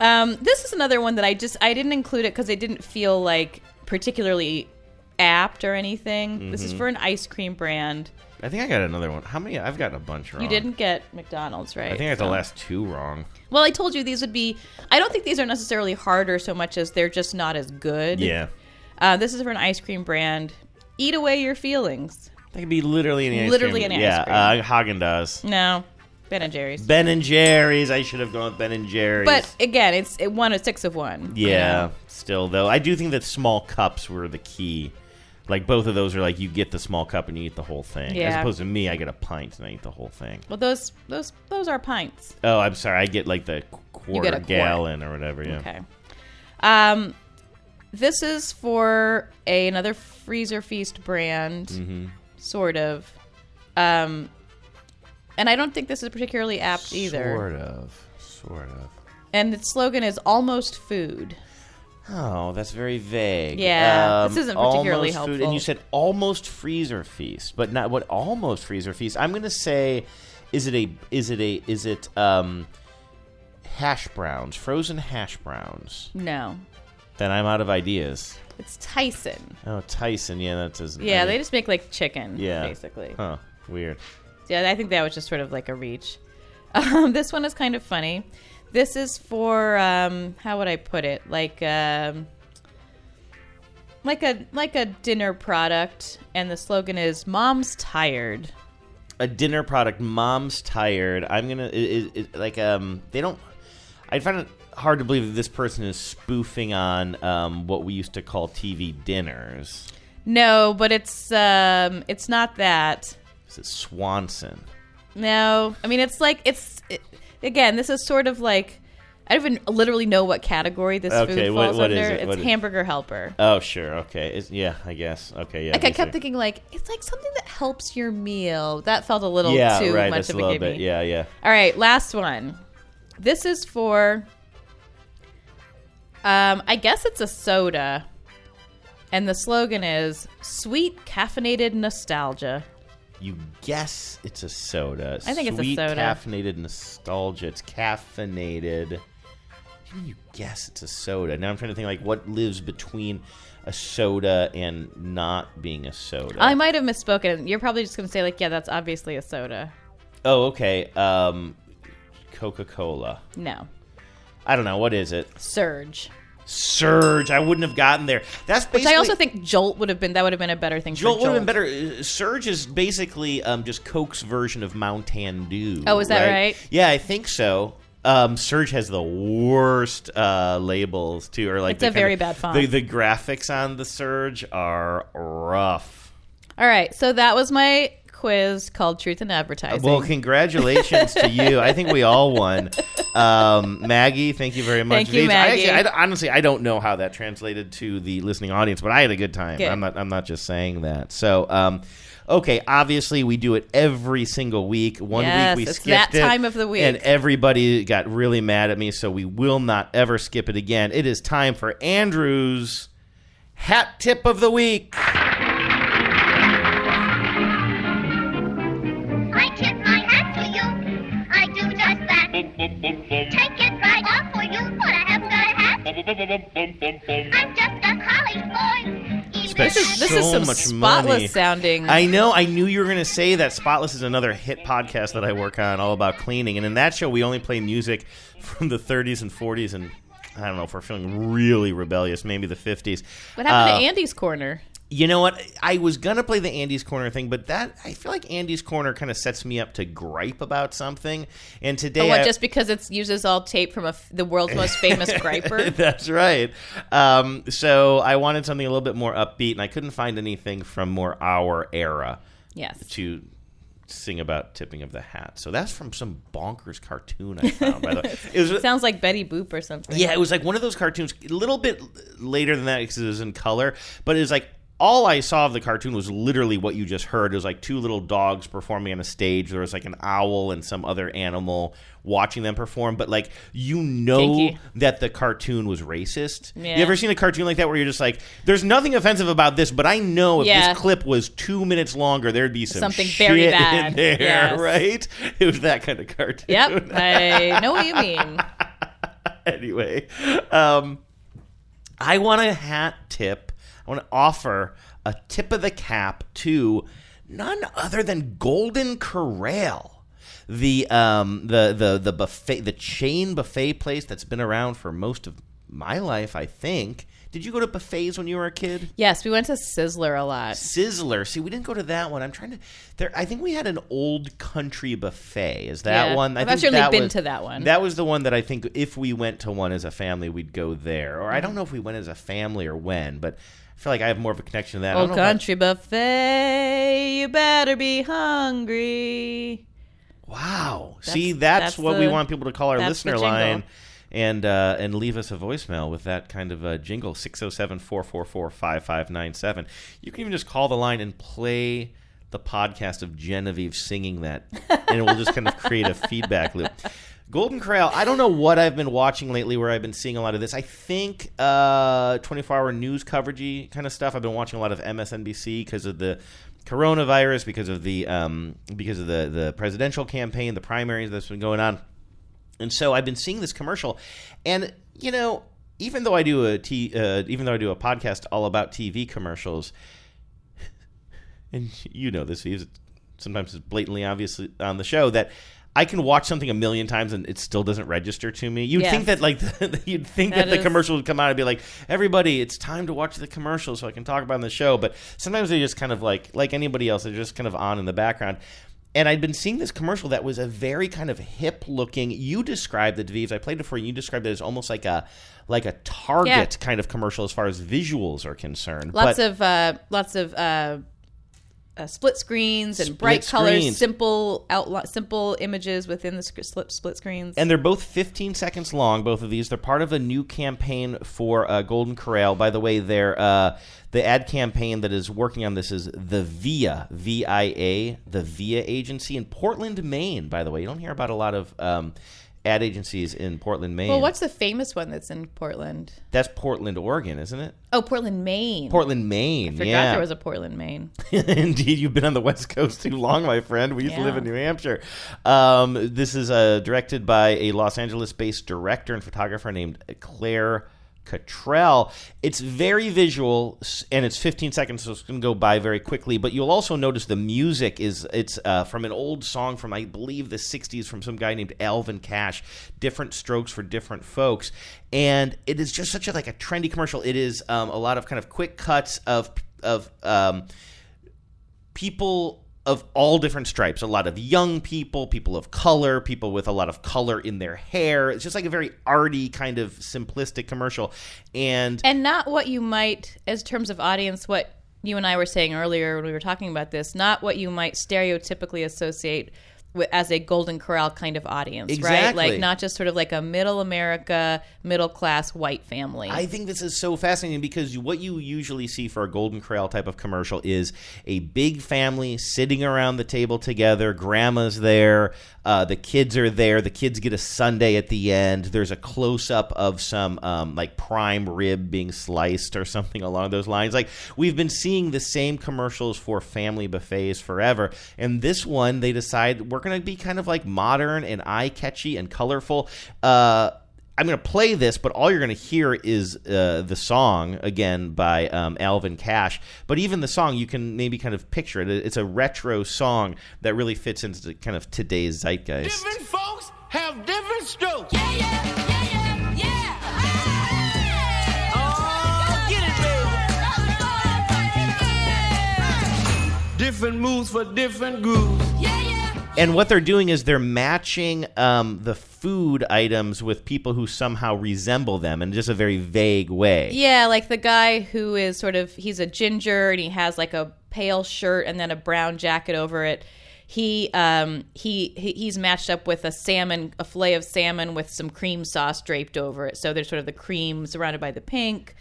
G: Um, this is another one that I just I didn't include it because it didn't feel like particularly apt or anything. This
E: Mm-hmm.
G: is for an ice cream brand.
E: I think I got another one. How many? I've gotten a bunch wrong.
G: You didn't get McDonald's, right?
E: Oh. I think I got the last two wrong.
G: Well, I told you these would be. I don't think these are necessarily harder so much as they're just not as good.
E: Yeah.
G: Uh, this is for an ice cream brand. Eat away your feelings.
E: That could be literally an ice
G: Literally
E: cream.
G: an ice
E: Yeah. Uh, Haagen Dazs.
G: No, Ben and Jerry's.
E: Ben and Jerry's. I should have gone with Ben and Jerry's.
G: but again, it's it one of six of one. you
E: yeah,
G: know?
E: still though, I do think that small cups were the key. Like both of those are like you get the small cup and you eat the whole thing, as
G: Yeah.
E: opposed to me, I get a pint and I eat the whole thing.
G: Well, those those those are pints.
E: Oh, I'm sorry, I get like the qu- quarter
G: get a quart.
E: gallon or whatever. Yeah.
G: Okay. Um, this is for a, another freezer feast brand,
E: Mm-hmm.
G: sort of. Um, and I don't think this is particularly apt either.
E: Sort of. Sort of.
G: And its slogan is "Almost Food."
E: Oh, that's very vague. Um,
G: Yeah, this isn't particularly
E: almost Food,
G: helpful.
E: and you said almost freezer feast, but not what almost freezer feast. I'm gonna say, is it a is it a is it um hash browns, frozen hash browns?
G: No,
E: Then I'm out of ideas.
G: it's Tyson.
E: Oh, Tyson. Yeah, that doesn't.
G: Yeah,
E: I
G: they
E: mean-
G: just make like chicken,
E: Yeah.
G: basically.
E: Huh. Weird.
G: Yeah, I think that was just sort of like a reach. (laughs) Um, this one is kind of funny. This is for um, how would I put it? Like um, like a like a dinner product, and the slogan is "Mom's tired."
E: A dinner product. Mom's tired. I'm gonna. It, it, it, like um, they don't. I find it hard to believe that this person is spoofing on um what we used to call TV dinners.
G: No, but it's um, it's not that.
E: Is it Swanson?
G: No, I mean it's like it's it, again. This is sort of like I don't even literally know what category this
E: Okay,
G: food
E: what-
G: falls
E: what is
G: under.
E: it?
G: It's
E: What is-
G: hamburger helper.
E: Oh, sure. Okay. It's, yeah, I guess. Okay. Yeah.
G: like I
E: me
G: kept
E: too.
G: thinking like it's like something that helps your meal. That felt a little
E: Yeah.
G: too
E: right.
G: much
E: that's
G: of
E: a
G: a,
E: little
G: give
E: bit.
G: me.
E: Yeah. Yeah.
G: All right, last one. This is for um I guess it's a soda. And the slogan is sweet caffeinated nostalgia.
E: You guess it's a soda.
G: I think it's a
E: Sweet
G: soda.
E: Caffeinated nostalgia. It's caffeinated. What do You mean you guess it's a soda. Now I'm trying to think like what lives between a soda and not being a soda.
G: I might have misspoken. You're probably just going to say like yeah, that's obviously a soda.
E: oh, okay. Um, Coca-Cola.
G: No.
E: I don't know what is it.
G: Surge.
E: Surge. I wouldn't have gotten there. That's basically.
G: Which I also think Jolt would have been that would have been a better thing
E: Jolt
G: for
E: would
G: Jolt.
E: have been better. Uh, Surge is basically um, just Coke's version of Mountain Dew.
G: Oh, is that right?
E: Yeah, I think so. Um, Surge has the worst uh, labels too, or like
G: It's
E: the
G: a
E: kinda-
G: very bad font.
E: The, the graphics on the Surge are rough.
G: All right, so that was my quiz called Truth in Advertising.
E: Well, congratulations to you. I think we all won. Um, Maggie, thank you very much.
G: Thank you,
E: These- I actually-
G: Maggie.
E: I- honestly, I don't know how that translated to the listening audience, but I had a good time.
G: Good.
E: I'm not. I'm not just saying that. So. Um, Okay, obviously we do it every single week. One
G: Yes,
E: week we
G: it's
E: skipped
G: that
E: it,
G: time of the week.
E: and everybody got really mad at me. So we will not ever skip it again. It is time for Andrew's hat tip of the week.
I: I tip my hat to you. I do just that. Take it right off for you, but I haven't got a hat. I'm just a college boy. Even
E: This
G: this
E: so
G: is some
E: much
G: spotless
E: money.
G: sounding.
E: I know. I knew you were going to say that. Spotless is another hit podcast that I work on, all about cleaning. And in that show, we only play music from the 30s and 40s, and I don't know if we're feeling really rebellious, maybe the 50s.
G: what happened
E: Uh,
G: to Andy's corner?
E: You know what? I was gonna play the Andy's Corner thing, but that I feel like Andy's Corner kind of sets me up to gripe about something. And today,
G: Or what?
E: I-
G: Oh, Just because it uses all tape from a f- the world's most famous
E: (laughs) (laughs)
G: griper.
E: That's right. Um, so I wanted something a little bit more upbeat, and I couldn't find anything from more our era.
G: Yes.
E: to sing about tipping of the hat. So that's from some bonkers cartoon I found. By the way, it was.
G: Sounds like Betty Boop or something.
E: Yeah, it was like one of those cartoons, a little bit later than that because it was in color, but it was like all I saw of the cartoon was literally what you just heard. It was like two little dogs performing on a stage. There was like an owl and some other animal watching them perform, but like you know
G: Kinky.
E: that the cartoon was racist.
G: Yeah.
E: You ever seen a cartoon like that where you're just like, there's nothing offensive about this, but I know if
G: Yeah.
E: this clip was two minutes longer, there'd be some
G: Something
E: shit
G: very bad.
E: in there, (laughs)
G: Yes.
E: right? It was that kind of cartoon
G: Yep. I know what you mean.
E: (laughs) anyway, um, I want a hat tip. I want to offer a tip of the cap to none other than Golden Corral. The um the the the buffet the chain buffet place that's been around for most of my life I think. Did you go to buffets when you were a kid?
G: Yes, we went to Sizzler a lot.
E: Sizzler. See, we didn't go to that one. I'm trying to. There, I think we had an old country buffet. Is that
G: Yeah.
E: one? I
G: I've
E: think
G: certainly
E: that
G: been
E: was-
G: to that one.
E: That was the one that I think if we went to one as a family, we'd go there. Or I
G: Mm-hmm.
E: don't know if we went as a family or when, but I feel like I have more of a connection to that. I
G: Old
E: don't know if I-
G: country buffet, you better be hungry.
E: wow. See,
G: That's-
E: that's,
G: that's
E: what we
G: the-
E: want people to call our
G: that's the
E: listener
G: jingle.
E: line. And uh, and leave us a voicemail with that kind of a jingle 607 444 5597. You can even just call the line and play the podcast of Genevieve singing that, and it will just kind of
G: (laughs)
E: create a feedback loop. Golden Corral. I don't know what I've been watching lately where I've been seeing a lot of this. I think uh, 24 hour news coveragey kind of stuff. I've been watching a lot of MSNBC because of the coronavirus, because of the um, because of the the presidential campaign, the primaries that's been going on. And so I've been seeing this commercial, and you know, even though I do a t, uh, even though I do a podcast all about TV commercials, (laughs) and you know this, Yves, sometimes it's blatantly obvious on the show that I can watch something a million times and it still doesn't register to me. You'd
G: Yes.
E: think that like (laughs) you'd think
G: That
E: that, the
G: is-
E: commercial would come out and be like, "Everybody, it's time to watch the commercial so I can talk about it on the show." But sometimes they just kind of like like anybody else, they're just kind of on in the background. And I'd been seeing this commercial that was a very kind of hip looking. You described the Devives. I played it for you. You described it as almost like a like a Target kind of commercial as far as visuals are concerned.
G: Lots
E: But-
G: of uh, lots of uh, uh, split screens and
E: Split
G: bright colors,
E: screens.
G: simple outline, simple images within the sc- split, split screens.
E: And they're both 15 seconds long, both of these. They're part of a new campaign for uh, Golden Corral. By the way, their uh, the ad campaign that is working on this is the VIA, V I A, the VIA agency in Portland, Maine, by the way. You don't hear about a lot of um, ad agencies in Portland, Maine.
G: well, what's the famous one that's in Portland?
E: That's Portland, Oregon, isn't it?
G: Oh, Portland, Maine.
E: Portland, Maine.
G: Forgot
E: yeah.
G: there was a Portland, Maine.
E: (laughs) Indeed, you've been on the West Coast too long, my friend. We used to live
G: Yeah.
E: in New Hampshire. Um, this is uh, directed by a Los Angeles based director and photographer named Claire Cottrell. It's very visual s- and it's 15 seconds, so it's going to go by very quickly. But you'll also notice the music is it's uh, from an old song from, I believe, the 60s from some guy named Alvin Cash, Different Strokes for Different Folks. And it is just such a like a trendy commercial. It is um, a lot of kind of quick cuts of of um, people of all different stripes a lot of young people people of color people with a lot of color in their hair it's just like a very arty kind of simplistic commercial and
G: and not what you might as terms of audience what you and i were saying earlier when we were talking about this not what you might stereotypically associate with, as a golden corral kind of audience right
E: Exactly.
G: like not just sort of like a middle america middle class white family
E: I think this is so fascinating because what you usually see for a Golden Corral type of commercial is a big family sitting around the table together. Grandma's there, uh, the kids are there. The kids get a Sunday at the end. There's a close up of some um, like prime rib being sliced or something (laughs) along those lines. Like we've been seeing the same commercials for family buffets forever, and this one they decide we're going to be kind of like modern and eye catchy and colorful. Uh, I'm going to play this, but all you're going to hear is uh, the song again by um, Alvin Cash. But even the song, you can maybe kind of picture it. It's a retro song that really fits into the kind of today's zeitgeist.
K: folks have different strokes. Different moves for different grooves.
E: And what they're doing is they're matching um, the food items with people who somehow resemble them in just a very vague way.
G: Yeah, like the guy who is sort of he's a ginger and he has like a pale shirt and then a brown jacket over it. He um he he- he's matched up with a salmon, a fillet of salmon with some cream sauce draped over it. So there's sort of the cream surrounded by the pink.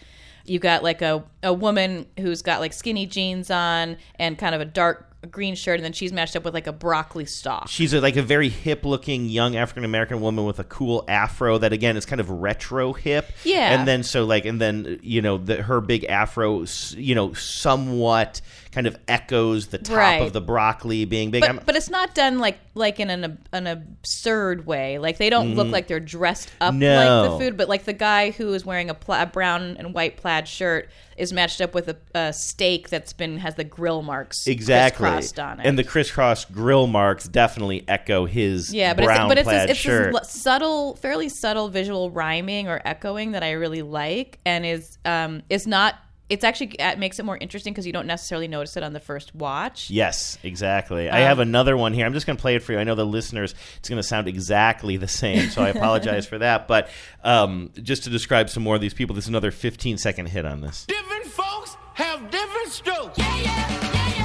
G: You got like a a woman who's got like skinny jeans on and kind of a dark green shirt, and then she's matched up with like a broccoli stalk.
E: She's a, like a very hip looking young African American woman with a cool afro that again is kind of retro hip.
G: Yeah.
E: And then so like and then you know the, her big afro s- you know somewhat kind of echoes the top
G: Right.
E: of the broccoli being big. I'm-
G: But, but it's not done like like in an an absurd way. Like they don't look
E: Mhm.
G: like they're dressed up like
E: No.
G: the food, but like the guy who is wearing a, pla- a brown and white plaid shirt is matched up with a, a steak that's been has the grill marks
E: exactly.
G: crisscrossed on it.
E: And the crisscross grill marks definitely echo his
G: yeah, but
E: brown
G: it's but it's
E: plaid
G: this, it's
E: shirt.
G: this l- subtle, fairly subtle visual rhyming or echoing that I really like, and is um is not. It's actually it makes it more interesting because you don't necessarily notice it on the first watch.
E: Yes, exactly. I
G: Um,
E: have another one here. I'm just going to play it for you. I know the listeners, it's going to sound exactly the same, so I apologize for that. But um, just to describe some more of these people, this is another 15 second hit on this.
K: Different folks have different strokes.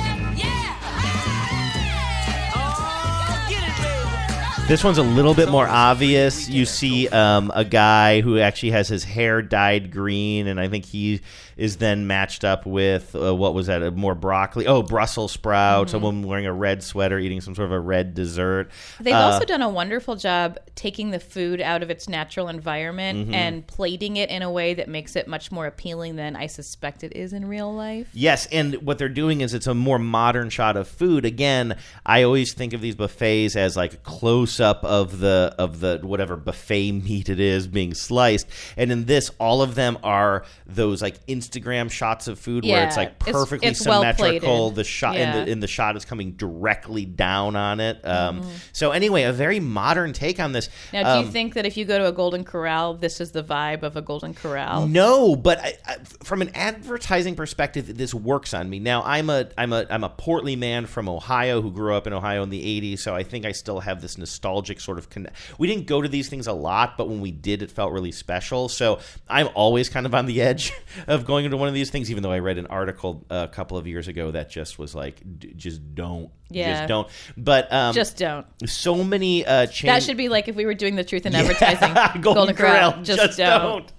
I: Oh,
E: This one's a little bit more obvious. You see um, a guy who actually has his hair dyed green, and I think he is then matched up with uh, what was that? A more broccoli? Oh, Brussels sprouts.
G: Mhm.
E: A woman wearing a red sweater eating some sort of a red dessert.
G: They've
E: Uh,
G: also done a wonderful job taking the food out of its natural environment
E: Mhm.
G: and plating it in a way that makes it much more appealing than I suspect it is in real life.
E: Yes, and what they're doing is it's a more modern shot of food. Again, I always think of these buffets as like a close up of the of the whatever buffet (laughs) meat it is being sliced. And in this, all of them are those like Instagram shots of food where it's
G: Yeah,
E: like
G: it's-
E: perfectly
G: it's well plated.
E: symmetrical. the shot and,
G: Yeah.
E: the, and the shot is coming directly down on it. Um,
G: Mhm.
E: So anyway, a very modern take on this.
G: Now, do
E: Um,
G: you think that if you go to a Golden Corral, this is the vibe of a Golden Corral?
E: No, but I, I, from an advertising perspective, this works on me. Now, I'm a I'm a I'm a portly man from Ohio who grew up in Ohio in the '80s, so I think I still have this nostalgic sort of. Con- we didn't go to these things a lot, but when we did, it felt really special. So I'm always kind of on the (laughs) edge of going into one of these things, even though I read an article a couple of years ago that just was like, d- just don't,
G: Yeah.
E: just don't. But um,
G: Just don't.
E: So many uh, changes.
G: that should be like if we were doing the truth in
E: (laughs)
G: advertising. Golden, Corral, just, don't.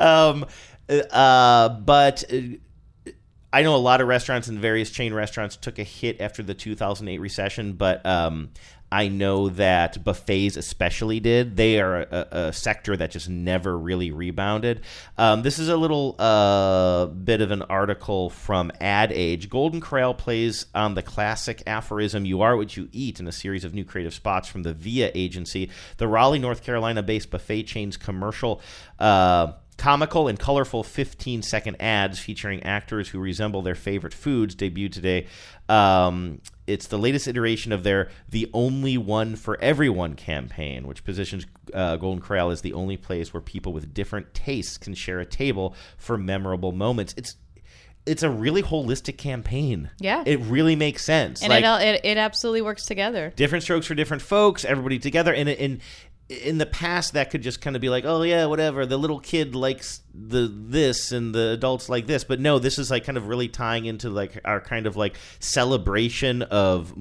E: um, uh, but uh, I know a lot of restaurants and various chain restaurants took a hit after the 2008 recession, but um, I know that buffets especially did. They are a, a sector that just never really rebounded. Um, this is a little uh, bit of an article from Ad Age. Golden Corral plays on the classic aphorism, you are what you eat, in a series of new creative spots from the VIA agency. The Raleigh, North Carolina based buffet chain's commercial. Uh, Comical and colorful 15 second ads featuring actors who resemble their favorite foods debuted today. Um, it's the latest iteration of their The Only One for Everyone campaign, which positions uh, Golden Corral as the only place where people with different tastes can share a table for memorable moments. It's it's a really holistic campaign.
G: Yeah.
E: It really makes sense.
G: and
E: like
G: it, all, it it absolutely works together.
E: different strokes for different folks, everybody together and in in the past that could just kind of be like, "Oh yeah, whatever, the little kid likes the this and the adults like this." But no, this is like kind of really tying into like our kind of like celebration of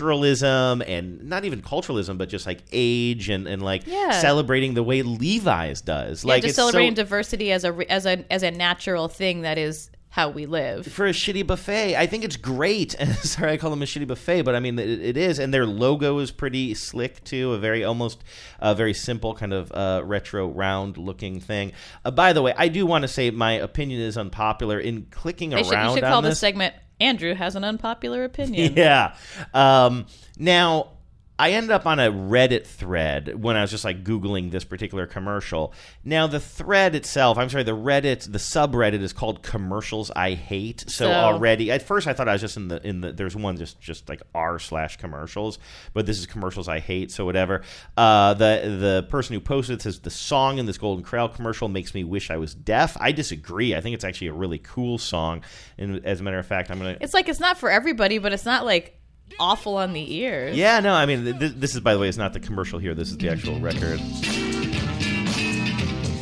E: multiculturalism and not even culturalism, but just like age and and like
G: Yeah.
E: celebrating the way Levi's does. like
G: yeah, just
E: so-
G: celebrating diversity as a re- as a as a natural thing that is how we live.
E: for a shitty buffet. I think it's great. (laughs) Sorry, I call them a shitty buffet, but I mean it, it is, and their logo is pretty slick too. A very almost uh, very simple kind of uh, retro round looking thing. Uh, by the way, I do want to say my opinion is unpopular in clicking
G: They should, you
E: around
G: should call
E: on
G: this,
E: this.
G: segment Andrew has an unpopular opinion.
E: (laughs) Yeah. Um, now, I ended up on a Reddit thread when I was just like Googling this particular commercial. Now, the thread itself, I'm sorry, the Reddit, the subreddit is called Commercials I Hate. So,
G: So-
E: already, at first I thought I was just in the, in the, there's one just, just like r slash commercials, but this is Commercials I Hate. So, whatever. Uh, the, the person who posted it says, the song in this Golden Corral commercial makes me wish I was deaf. I disagree. I think it's actually a really cool song. And as a matter of fact, I'm going to.
G: It's like it's not for everybody, but it's not like awful on the ears.
E: Yeah, no, I mean, th- th- this is, by the way, it's not the commercial here. This is the actual record.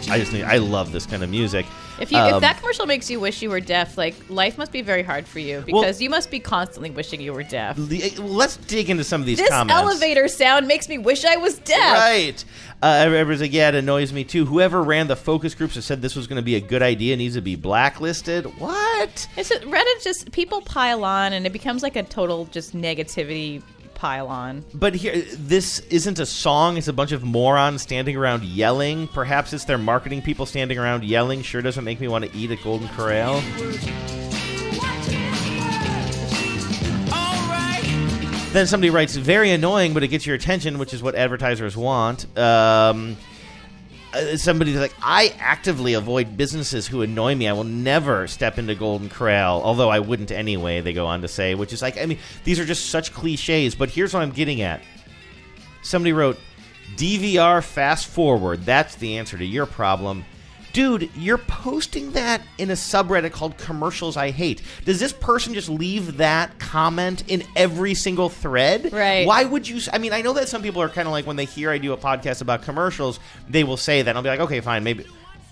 E: I just think I love this kind of music.
G: If you
E: Um,
G: if that commercial makes you wish you were deaf, like life must be very hard for you because you must be constantly wishing you were deaf.
E: the- well, let's dig into some of these
G: This
E: comments.
G: elevator sound makes me wish I was deaf.
E: Right. Uh, everybody's like, yeah, it annoys me too. Whoever ran the focus groups that said this was going to be a good idea needs to be blacklisted. What?
G: It's just, Reddit just people pile on and it becomes like a total just negativity pile on.
E: But here, this isn't a song. It's a bunch of morons standing around yelling. Perhaps it's their marketing people standing around yelling. Sure doesn't make me want to eat at Golden Corral. Then somebody writes, very annoying, but it gets your attention, which is what advertisers want. Um, uh, somebody's like, I actively avoid businesses who annoy me. I will never step into Golden Corral, although I wouldn't anyway, they go on to say, which is like, I mean, these are just such cliches, but here's what I'm getting at. Somebody wrote, DVR fast forward. That's the answer to your problem. Dude, you're posting that in a subreddit called Commercials I Hate. Does this person just leave that comment in every single thread?
G: Right.
E: Why would you? s- I mean, I know that some people are kind of like when they hear I do a podcast about commercials, they will say that. And I'll be like, okay, fine, maybe.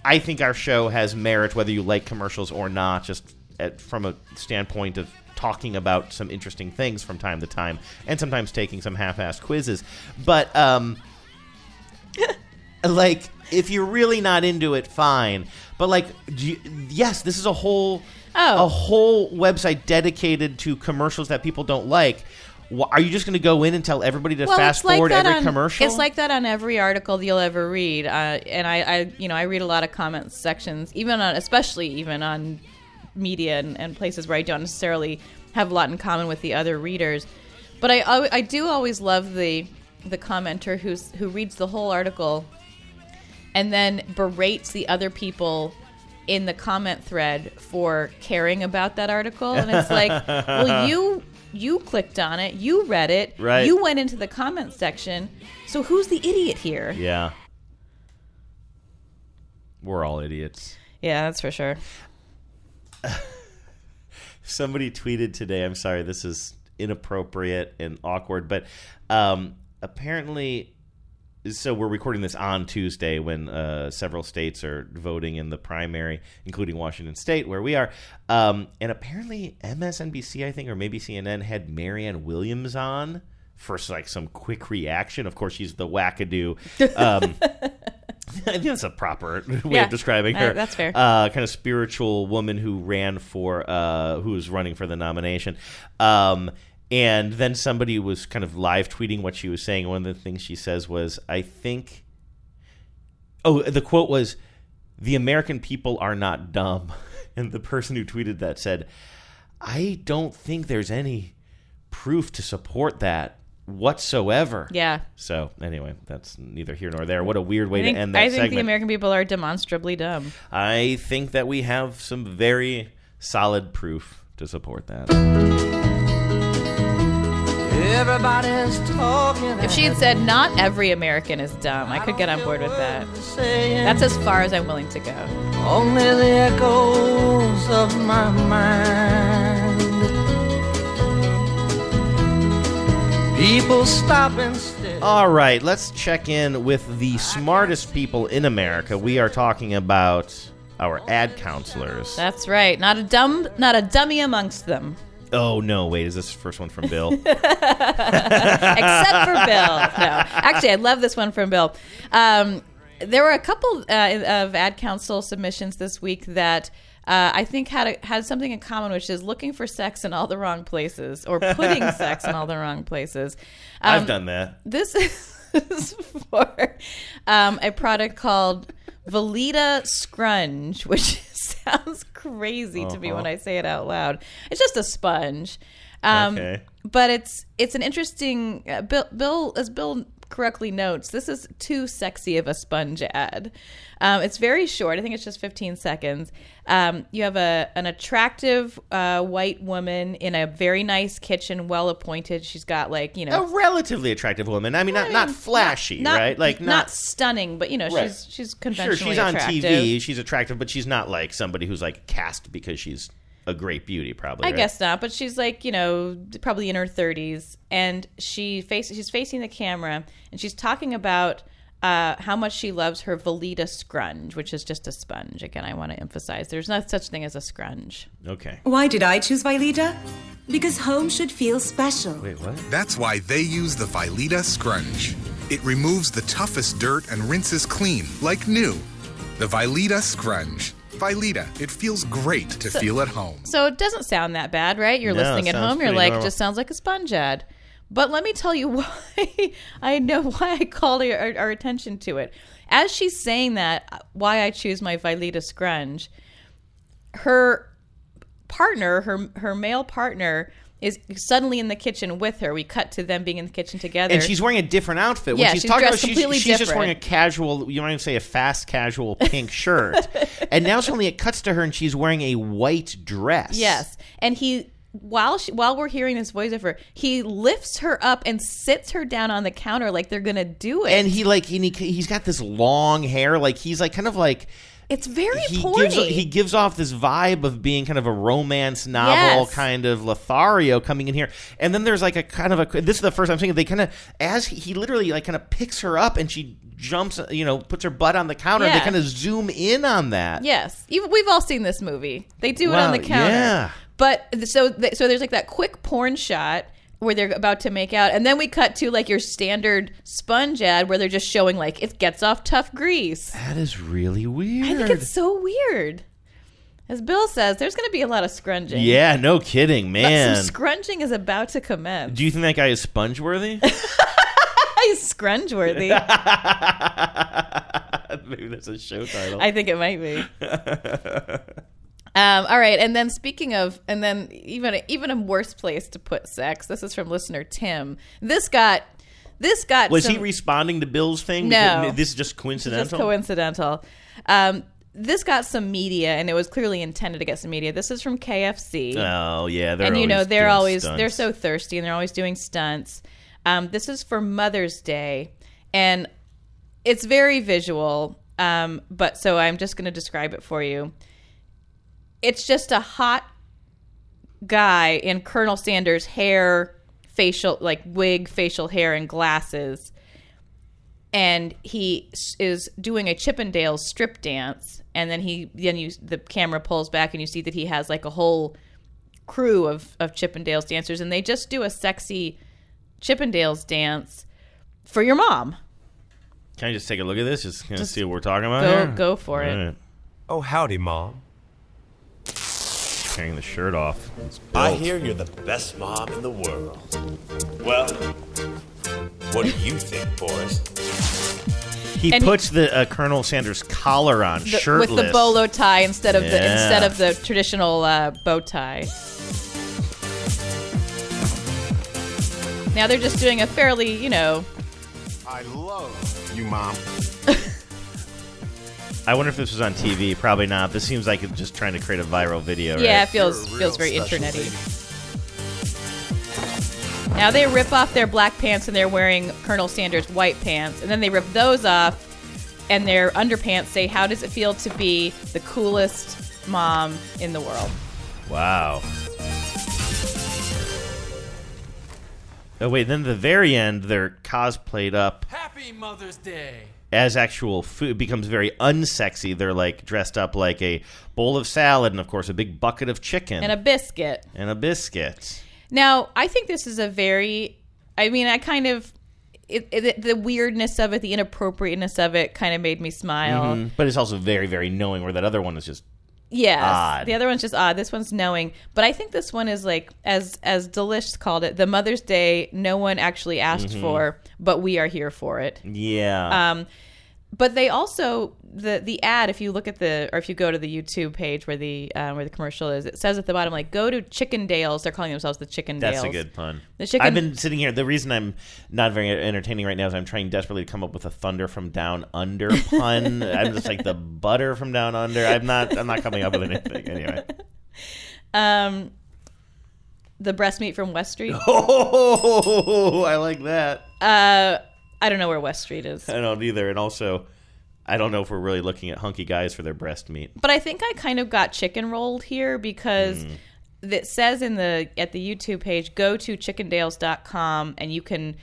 E: I think our show has merit whether you like commercials or not, just at, from a standpoint of talking about some interesting things from time to time and sometimes taking some half-assed quizzes. But, um, (laughs) like, if you're really not into it, fine. But, like, do you, yes, this is a whole.
G: Oh.
E: A whole website dedicated to commercials that people don't like. Wh- Are you just going to go in and tell everybody to fast forward every
G: on,
E: commercial?
G: It's like that on every article you'll ever read, uh, and I, I, you know, I read a lot of comment sections, even on, especially even on media and, and places where I don't necessarily have a lot in common with the other readers. But I, I, I do always love the the commenter who's who reads the whole article and then berates the other people in the comment thread for caring about that article and
E: (laughs)
G: it's like well you you clicked on it you read it
E: Right.
G: you went into the comment section so who's the idiot here yeah,
E: yeah. We're all idiots.
G: that's for sure
E: somebody tweeted today. I'm sorry, this is inappropriate and awkward, but um, apparently, so we're recording this on Tuesday when uh, several states are voting in the primary, including Washington State, where we are. Um, and apparently, MSNBC, I think, or maybe CNN had Marianne Williams on. for like some quick reaction. Of course, she's the wackadoo. Um, (laughs) I think that's a proper way
G: Yeah,
E: of describing
G: uh,
E: her.
G: that's fair.
E: Uh, kind of spiritual woman who ran for, uh, who was running for the nomination. Um, and then somebody was kind of live tweeting what she was saying. One of the things she says was, I think, oh, the quote was, the American people are not dumb. (laughs) And the person who tweeted that said, I don't think there's any proof to support that whatsoever.
G: yeah
E: So anyway, that's neither here nor there. What a weird way
G: i think,
E: to end that
G: I think
E: segment.
G: the american people are demonstrably dumb
E: I think that we have some very solid proof to support that.
L: Everybody's talking.
G: If she had said, not every American is dumb, I could get on board with that. That's as far as I'm willing to go.
L: Only the echoes of my mind. People stop and stare.
E: All right, let's check in with the smartest people in America. We are talking about our ad counselors.
G: That's right. Not a dumb, not a dummy amongst them.
E: Oh no! Wait, is this the first one
G: (laughs)
E: from Bill?
G: Um, except for Bill. No, actually, I love this one from Bill. Um, there were a couple uh, of ad council submissions this week that uh, I think had a, had something in common, which is looking for sex in all the wrong places or putting sex in all the wrong places. Um,
E: I've done that.
G: This is (laughs) for um, a product called Velita Scrunge, which (laughs) sounds crazy to me
M: Uh-huh.
G: when I say it out loud. It's just a sponge. Um,
M: Okay.
G: But it's it's an interesting uh, Bill, Bill as Bill correctly notes. This is too sexy of a sponge ad. Um, it's very short. I think it's just 15 seconds. Um, you have a an attractive uh, white woman in a very nice kitchen, well appointed. She's got like you know
E: A relatively attractive woman. I mean, not not flashy,
G: not-
E: right? Like
G: not stunning, but you know
E: Right.
G: she's she's
E: sure
G: conventionally
E: she's on
G: attractive.
E: TV. She's attractive, but she's not like somebody who's like cast because she's a great beauty. Probably.
G: I
E: right?
G: guess not, but she's like you know probably in her thirties, and she face she's facing the camera, and she's talking about uh, how much she loves her Velita scrunge, which is just a sponge. Again, I want to emphasize there's no such thing as a scrunge.
E: Okay.
N: Why did I choose Vilita? Because home should feel special.
E: Wait, what?
O: That's why they use the Phyleta Scrunge. It removes the toughest dirt and rinses clean, like new. The Phyleta Scrunge. Phyleta, it feels great to
G: So-
O: feel at home.
G: So it doesn't sound that bad, right? You're
O: No,
G: listening at
O: sounds
G: home. You're
O: pretty
G: like,
O: normal.
G: just sounds like a sponge ad. But let me tell you (laughs) why I know why I called our, our- our attention to it. As she's saying that, uh, why I choose my Vilita scrunge, her partner, her her male partner, is suddenly in the kitchen with her. We cut to them being in the kitchen together,
E: And she's wearing a different outfit. When
G: Yeah,
E: she's
G: she's
E: talking about,
G: dressed
E: she's,
G: completely
E: she's just
G: different.
E: wearing a casual, you might even say a fast casual
G: (laughs)
E: pink shirt. And now suddenly it cuts to her and she's wearing a white dress.
G: Yes, and he while she, while we're hearing this voice of her, he lifts her up and sits her down on the counter like they're gonna do it.
E: And he like and he he's got this long hair, like he's like kind of like
G: It's very
E: he
G: porny.
E: gives he gives off this vibe of being kind of a romance novel
G: Yes.
E: kind of Lothario coming in here, and then there's like a kind of a this is the first I'm seeing it, they kind of as he, he literally like kind of picks her up and she jumps you know puts her butt on the counter and
G: Yeah.
E: they kind of zoom in on that
G: Yes, you, we've all seen this movie. They do it on
E: Wow,
G: the counter.
E: yeah.
G: But th- so th- so there's like that quick porn shot where they're about to make out, and then we cut to like your standard sponge ad where they're just showing like it gets off tough grease.
E: that is really weird
G: I think it's so weird. As Bill says, there's going to be a lot of scrunging.
E: yeah no kidding
G: But
E: man
G: Some scrunging is about to commence.
E: do you think that guy is sponge
G: (laughs)
E: worthy
G: He's scrunge worthy.
E: (laughs) maybe that's a show title
G: I think it
E: (laughs)
G: might be. Um, all right, and then speaking of, and then even even a worse place to put sex. This is from listener Tim. This got this got
E: was
G: some,
E: he responding to Bill's thing
G: No.
E: Because this is just coincidental
G: just coincidental. Um, this got some media, and it was clearly intended to get some media. This is from KFC.
E: Oh yeah, they're
G: and you know
E: always
G: they're
E: doing
G: always
E: stunts.
G: they're so thirsty and they're always doing stunts um, this is for mother's day and it's very visual um, but so i'm just going to describe it for you it's just a hot guy in colonel sanders hair facial like wig facial hair and glasses and he s- is doing a Chippendale strip dance, and then he then you the camera pulls back and you see that he has like a whole crew of of Chippendales dancers, and they just do a sexy Chippendales dance for your mom.
E: Can I just take a look at this? Just kind of see what we're talking about.
G: go-
E: here?
G: go for it.
E: Alright.
P: Oh, howdy, Mom.
E: Tearing the shirt off. It's
P: I
E: built.
P: hear you're the best mom in the world. Well, what do you think, Boris?
E: He
G: And he-
E: puts the uh, Colonel Sanders collar on,
G: The-
E: shirtless,
G: with the bolo tie instead of the
E: Yeah.
G: instead of the traditional uh, bow tie. Now they're just doing a fairly, you know,
K: I love
P: You, Mom.
E: I wonder if this was on TV. Probably not. This seems like it's just trying to create a viral video.
G: yeah, it
E: right?
G: feels feels very internety. Now they rip off their black pants and they're wearing Colonel Sanders' white pants, and then they rip those off, and their underpants say, "How does it feel to be the coolest mom in the world?"
E: Wow. Oh wait, then at the very end they're cosplayed up
M: Happy Mother's Day.
E: as actual food. It becomes very unsexy. They're like dressed up like a bowl of salad and of course a big bucket of chicken
G: And a biscuit.
E: and a biscuit.
G: Now, I think this is a very, I mean, I kind of, it, it, the weirdness of it, the inappropriateness of it kind of made me smile.
E: Mhm. But it's also very, very knowing where that other one is just
G: Yes.
E: Odd.
G: The other one's just odd. This one's knowing. But I think this one is like, as as Delish called it, the Mother's Day no one actually asked
E: Mhm.
G: for, but we are here for it.
E: yeah.
G: Um, but they also the the ad. If you look at the or if you go to the YouTube page where the uh, where the commercial is, it says at the bottom like, "Go to Chicken Dales." They're calling themselves the Chicken Dales.
E: That's a good pun.
G: The chicken.
E: I've been sitting here. The reason I'm not very entertaining right now is I'm trying desperately to come up with a thunder from down
G: (laughs)
E: under pun. I'm just like the butter from down under. I'm not. I'm not coming up with anything
G: (laughs)
E: anyway. (laughs)
G: Um, the breast meat from
E: (laughs)
G: West Street.
E: Oh, I like that.
G: Uh, I don't know where West Street is,
E: I don't either. And also, I don't know if we're really looking at hunky guys for their breast meat.
G: but I think I kind of got chicken rolled here because
E: Mm.
G: it says in the at the YouTube page, go to chickendales.com and you can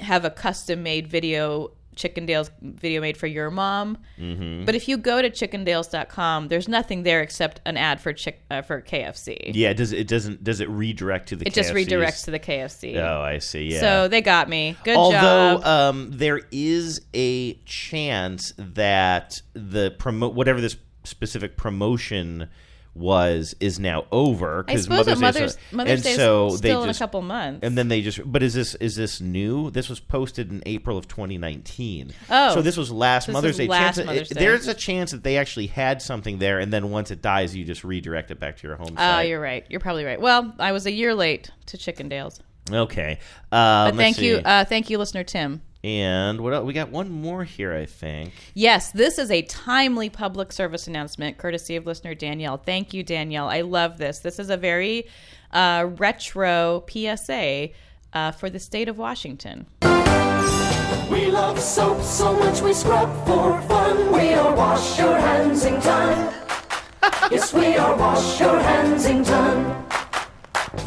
G: have a custom made video chickendales video made for your mom.
E: Mm-hmm.
G: But if you go to chickendales.com, there's nothing there except an ad for chick uh, for KFC.
E: yeah, does it doesn't does it redirect to the?
G: it just
E: KFCs?
G: redirects to the KFC.
E: Oh, I see. Yeah.
G: So they got me. Good
E: Although,
G: job.
E: um, there is a chance that the promote whatever this specific promotion was is now over
G: I suppose that Mother's, Mother's
E: and
G: Day is
E: so
G: still
E: they
G: in a
E: just-
G: couple months.
E: And then they just, but is this is this new? This was posted in April of 2019.
G: Oh.
E: so this was last
G: This is
E: Mother's Day.
G: last
E: chance that-
G: Mother's Day.
E: There's a chance that they actually had something there, and then once it dies, you just redirect it back to your home.
G: Oh, you're right. You're probably right. Well, I was a year late to Chickendales.
E: Okay, um,
G: But
E: let's
G: thank you,
E: see.
G: uh, thank you, listener Tim.
E: and what else? We got one more here, I think.
G: Yes, this is a timely public service announcement, courtesy of listener Danielle. Thank you, Danielle. I love this. This is a very uh, retro PSA uh, for the state of Washington.
Q: We love soap so much we scrub for fun. We are wash your hands in time. yes, we are wash your hands in time.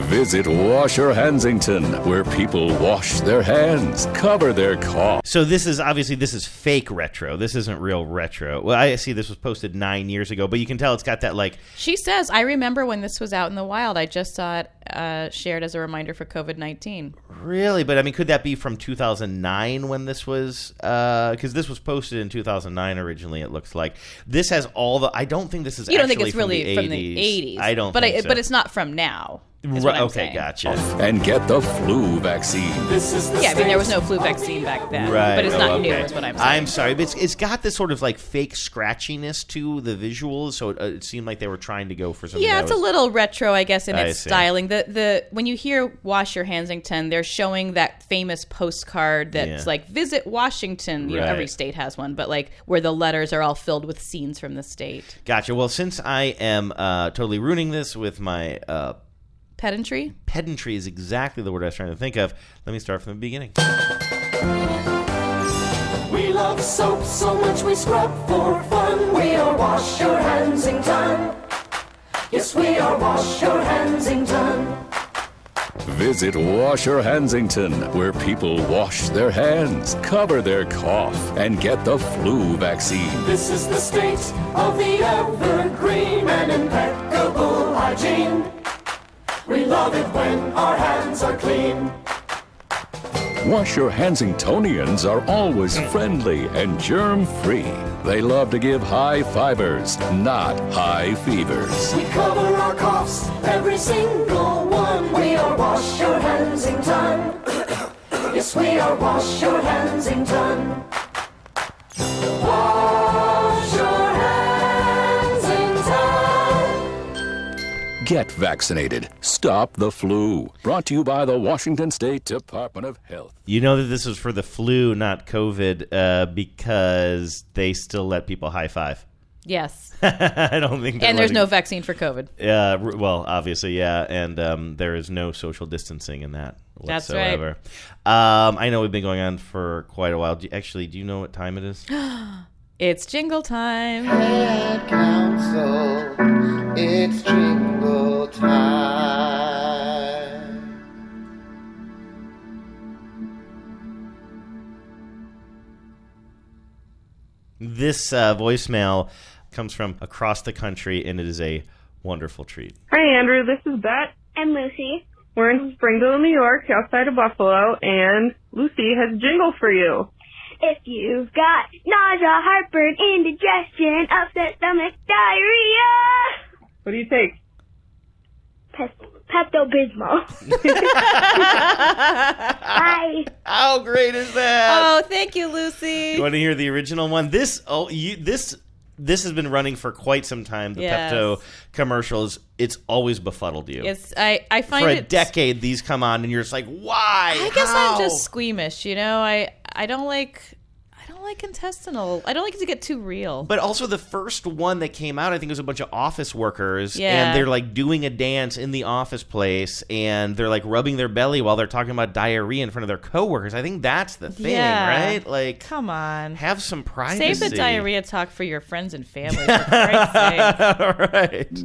R: Visit Washer Hansington, where people wash their hands, cover their cough.
E: So this is obviously this is fake retro. This isn't real retro. Well, I see this was posted nine years ago, but you can tell it's got that like
G: She says, "I remember when this was out in the wild. I just saw it uh, shared as a reminder for COVID nineteen.
E: really. But I mean, could that be from 2009 when this was? Because this was posted in 2009 originally. It looks like this has all the. I don't think this is.
G: You don't think
E: actually
G: it's really from the eighties?
E: I don't.
G: but
E: think
G: I,
E: so.
G: but it's not from now. is
E: Ri-
G: what I'm
E: okay,
G: saying.
E: gotcha.
R: And get the flu vaccine.
Q: This is
G: Yeah, I mean there was no flu vaccine back then,
E: Right.
G: but it's not
E: oh,
G: new.
E: okay.
G: Is what I'm saying.
E: I'm sorry, but it's, it's got this sort of like fake scratchiness to the visuals, so it, uh, it seemed like they were trying to go for something.
G: yeah,
E: that
G: it's
E: was-
G: a little retro, I guess, in
E: I
G: its
E: see.
G: styling. The the when you hear "Wash Your Hansington," they're showing that famous postcard that's
E: Yeah.
G: like "Visit Washington." You know, every
E: Right.
G: state has one, but like where the letters are all filled with scenes from the state.
E: Gotcha. Well, since I am uh, totally ruining this with my uh,
G: Pedantry.
E: pedantry is exactly the word I was trying to think of. Let me start from the beginning.
Q: We love soap so much we scrub for fun. We are wash your hands in time. Yes, we are wash your hands in time.
R: Visit Washer Hansington, where people wash their hands, cover their cough, and get the flu vaccine.
Q: This is the state of the evergreen and impeccable hygiene. We love it when our hands are clean.
R: Washer Hansingtonians are always friendly and germ free. They love to give high fibers, not high fevers.
Q: We cover our coughs, every single one. We are wash your hands in time. (coughs) yes, we are wash your hands in time. Wash your hands in time.
R: Get vaccinated. Stop the flu. Brought to you by the Washington State Department of Health.
E: You know that this was for the flu, not COVID, uh, because they still let people high five. (laughs)
G: Yes.
E: I don't think. they're
G: And there's
E: letting-
G: no vaccine for COVID.
E: Yeah, r- well, obviously, yeah, and um, there is no social distancing in that
G: That's right.
E: whatsoever. Um, I know we've been going on for quite a while. Do you, actually, do you know what time it is?
G: It's jingle time.
E: (laughs)
M: It's jingle time.
E: This uh, voicemail comes from across the country, and it is a wonderful treat.
S: Hi, Andrew. This is Bet.
T: And Lucy.
S: We're in Springville, New York, outside of Buffalo, and Lucy has jingle for you.
T: If you've got nausea, heartburn, indigestion, upset stomach, diarrhea,
S: What do you take?
T: Pepto Bismol. (laughs) Bye.
E: How great is
G: Oh, thank you, Lucy.
E: You want to hear the original one? This oh you this this has been running for quite some time. The
G: Yes.
E: Pepto commercials. It's always befuddled you.
G: It's I I find
E: for a
G: it
E: decade, these come on, and you're just like, why?
G: I guess I'm just squeamish, you know. I I don't like I don't like intestinal. I don't like it to get too real.
E: But also the first one that came out, I think it was a bunch of office workers,
G: Yeah.
E: and they're like doing a dance in the office place, and they're like rubbing their belly while they're talking about diarrhea in front of their coworkers. I think that's the thing,
G: Yeah.
E: right? Like,
G: come on,
E: have some privacy.
G: Save the diarrhea talk for your friends and family. For
E: (laughs)
G: Christ's sake.
E: All (laughs) right.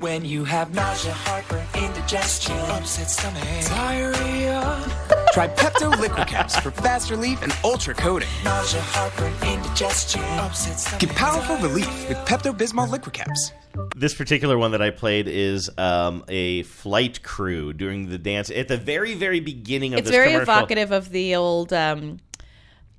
M: When you have nausea, heartburn, indigestion, upset stomach, diarrhea, try Pepto Liquid Caps for fast relief and ultra coating. Nausea, heartburn, indigestion, upset stomach. Get powerful relief with Pepto Bismol Liquid Caps.
E: This particular one that I played is um, a flight crew doing the dance at the very, very beginning of
G: It's
E: this
G: very
E: commercial.
G: evocative of the old um,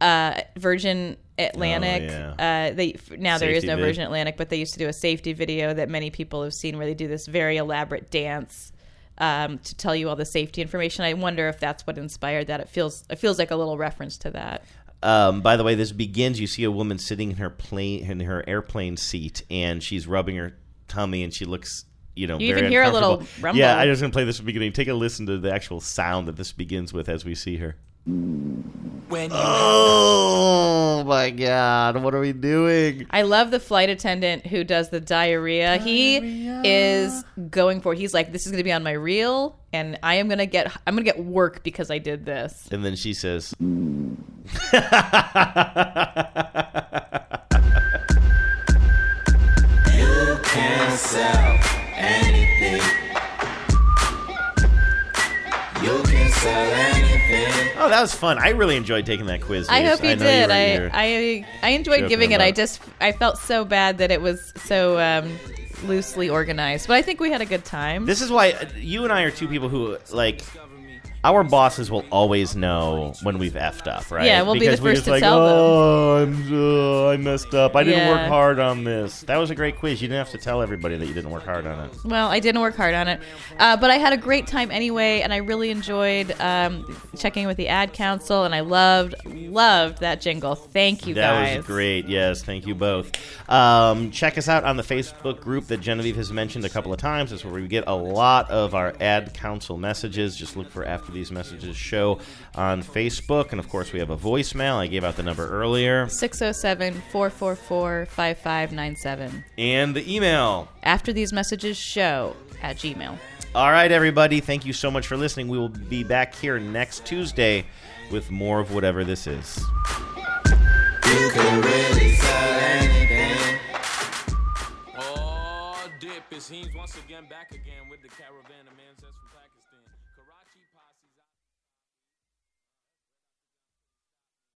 G: uh, Virgin Atlantic.
E: Oh,
G: uh, they f- now there is
E: Safety
G: no
E: vid.
G: Virgin Atlantic, but they used to do a safety video that many people have seen where they do this very elaborate dance um, to tell you all the safety information. I wonder if that's what inspired that. It feels it feels like a little reference to that.
E: Um, by the way, this begins. You see a woman sitting in her plane in her airplane seat, and she's rubbing her tummy, and she looks, you know,
G: You
E: very
G: even hear a little
E: uncomfortable.
G: rumble.
E: Yeah, I just gonna play this at the beginning. Take a listen to the actual sound that this begins with as we see her.
M: When
E: Oh my God! What are we doing?
G: I love the flight attendant who does the diarrhea. He is going for. it. He's like, this is going to be on my reel, and I am going to get. I'm going to get work because I did this.
E: And then she says, (laughs) Oh,
M: can sell anything. You can sell anything.
E: "Oh, that was fun. I really enjoyed taking that quiz."
G: I
E: Reese.
G: hope you
E: know
G: did.
E: were-
G: I,
E: you were-
G: I I enjoyed
E: joking
G: giving it. I
E: about
G: just I felt so bad that it was so um, loosely organized, but I think we had a good time.
E: This is why uh, you and I are two people who like our bosses will always know when we've effed up, right?
G: Yeah, we'll be the
E: we're just
G: first to
E: like,
G: tell them.
E: Oh, I'm, uh, I messed up. I didn't
G: Yeah.
E: work hard on this. That was a great quiz. You didn't have to tell everybody that you didn't work hard on it.
G: Well, I didn't work hard on it, uh, but I had a great time anyway, and I really enjoyed um, checking with the ad council, and I loved loved that jingle. Thank you
E: that
G: guys.
E: was great. Yes, thank you both. Um, check us out on the Facebook group that Genevieve has mentioned a couple of times. It's where we get a lot of our ad council messages. Just look for After These Messages show on Facebook. And of course, we have a voicemail. I gave out the number earlier.
G: 607 444 5597.
E: And the email.
G: After these messages, show at Gmail.
E: All right, everybody. Thank you so much for listening. We will be back here next Tuesday with more of whatever this is.
M: You can really sell anything.
U: Oh, dip. It seems once again back again with the caravan of mindsets from Pakistan.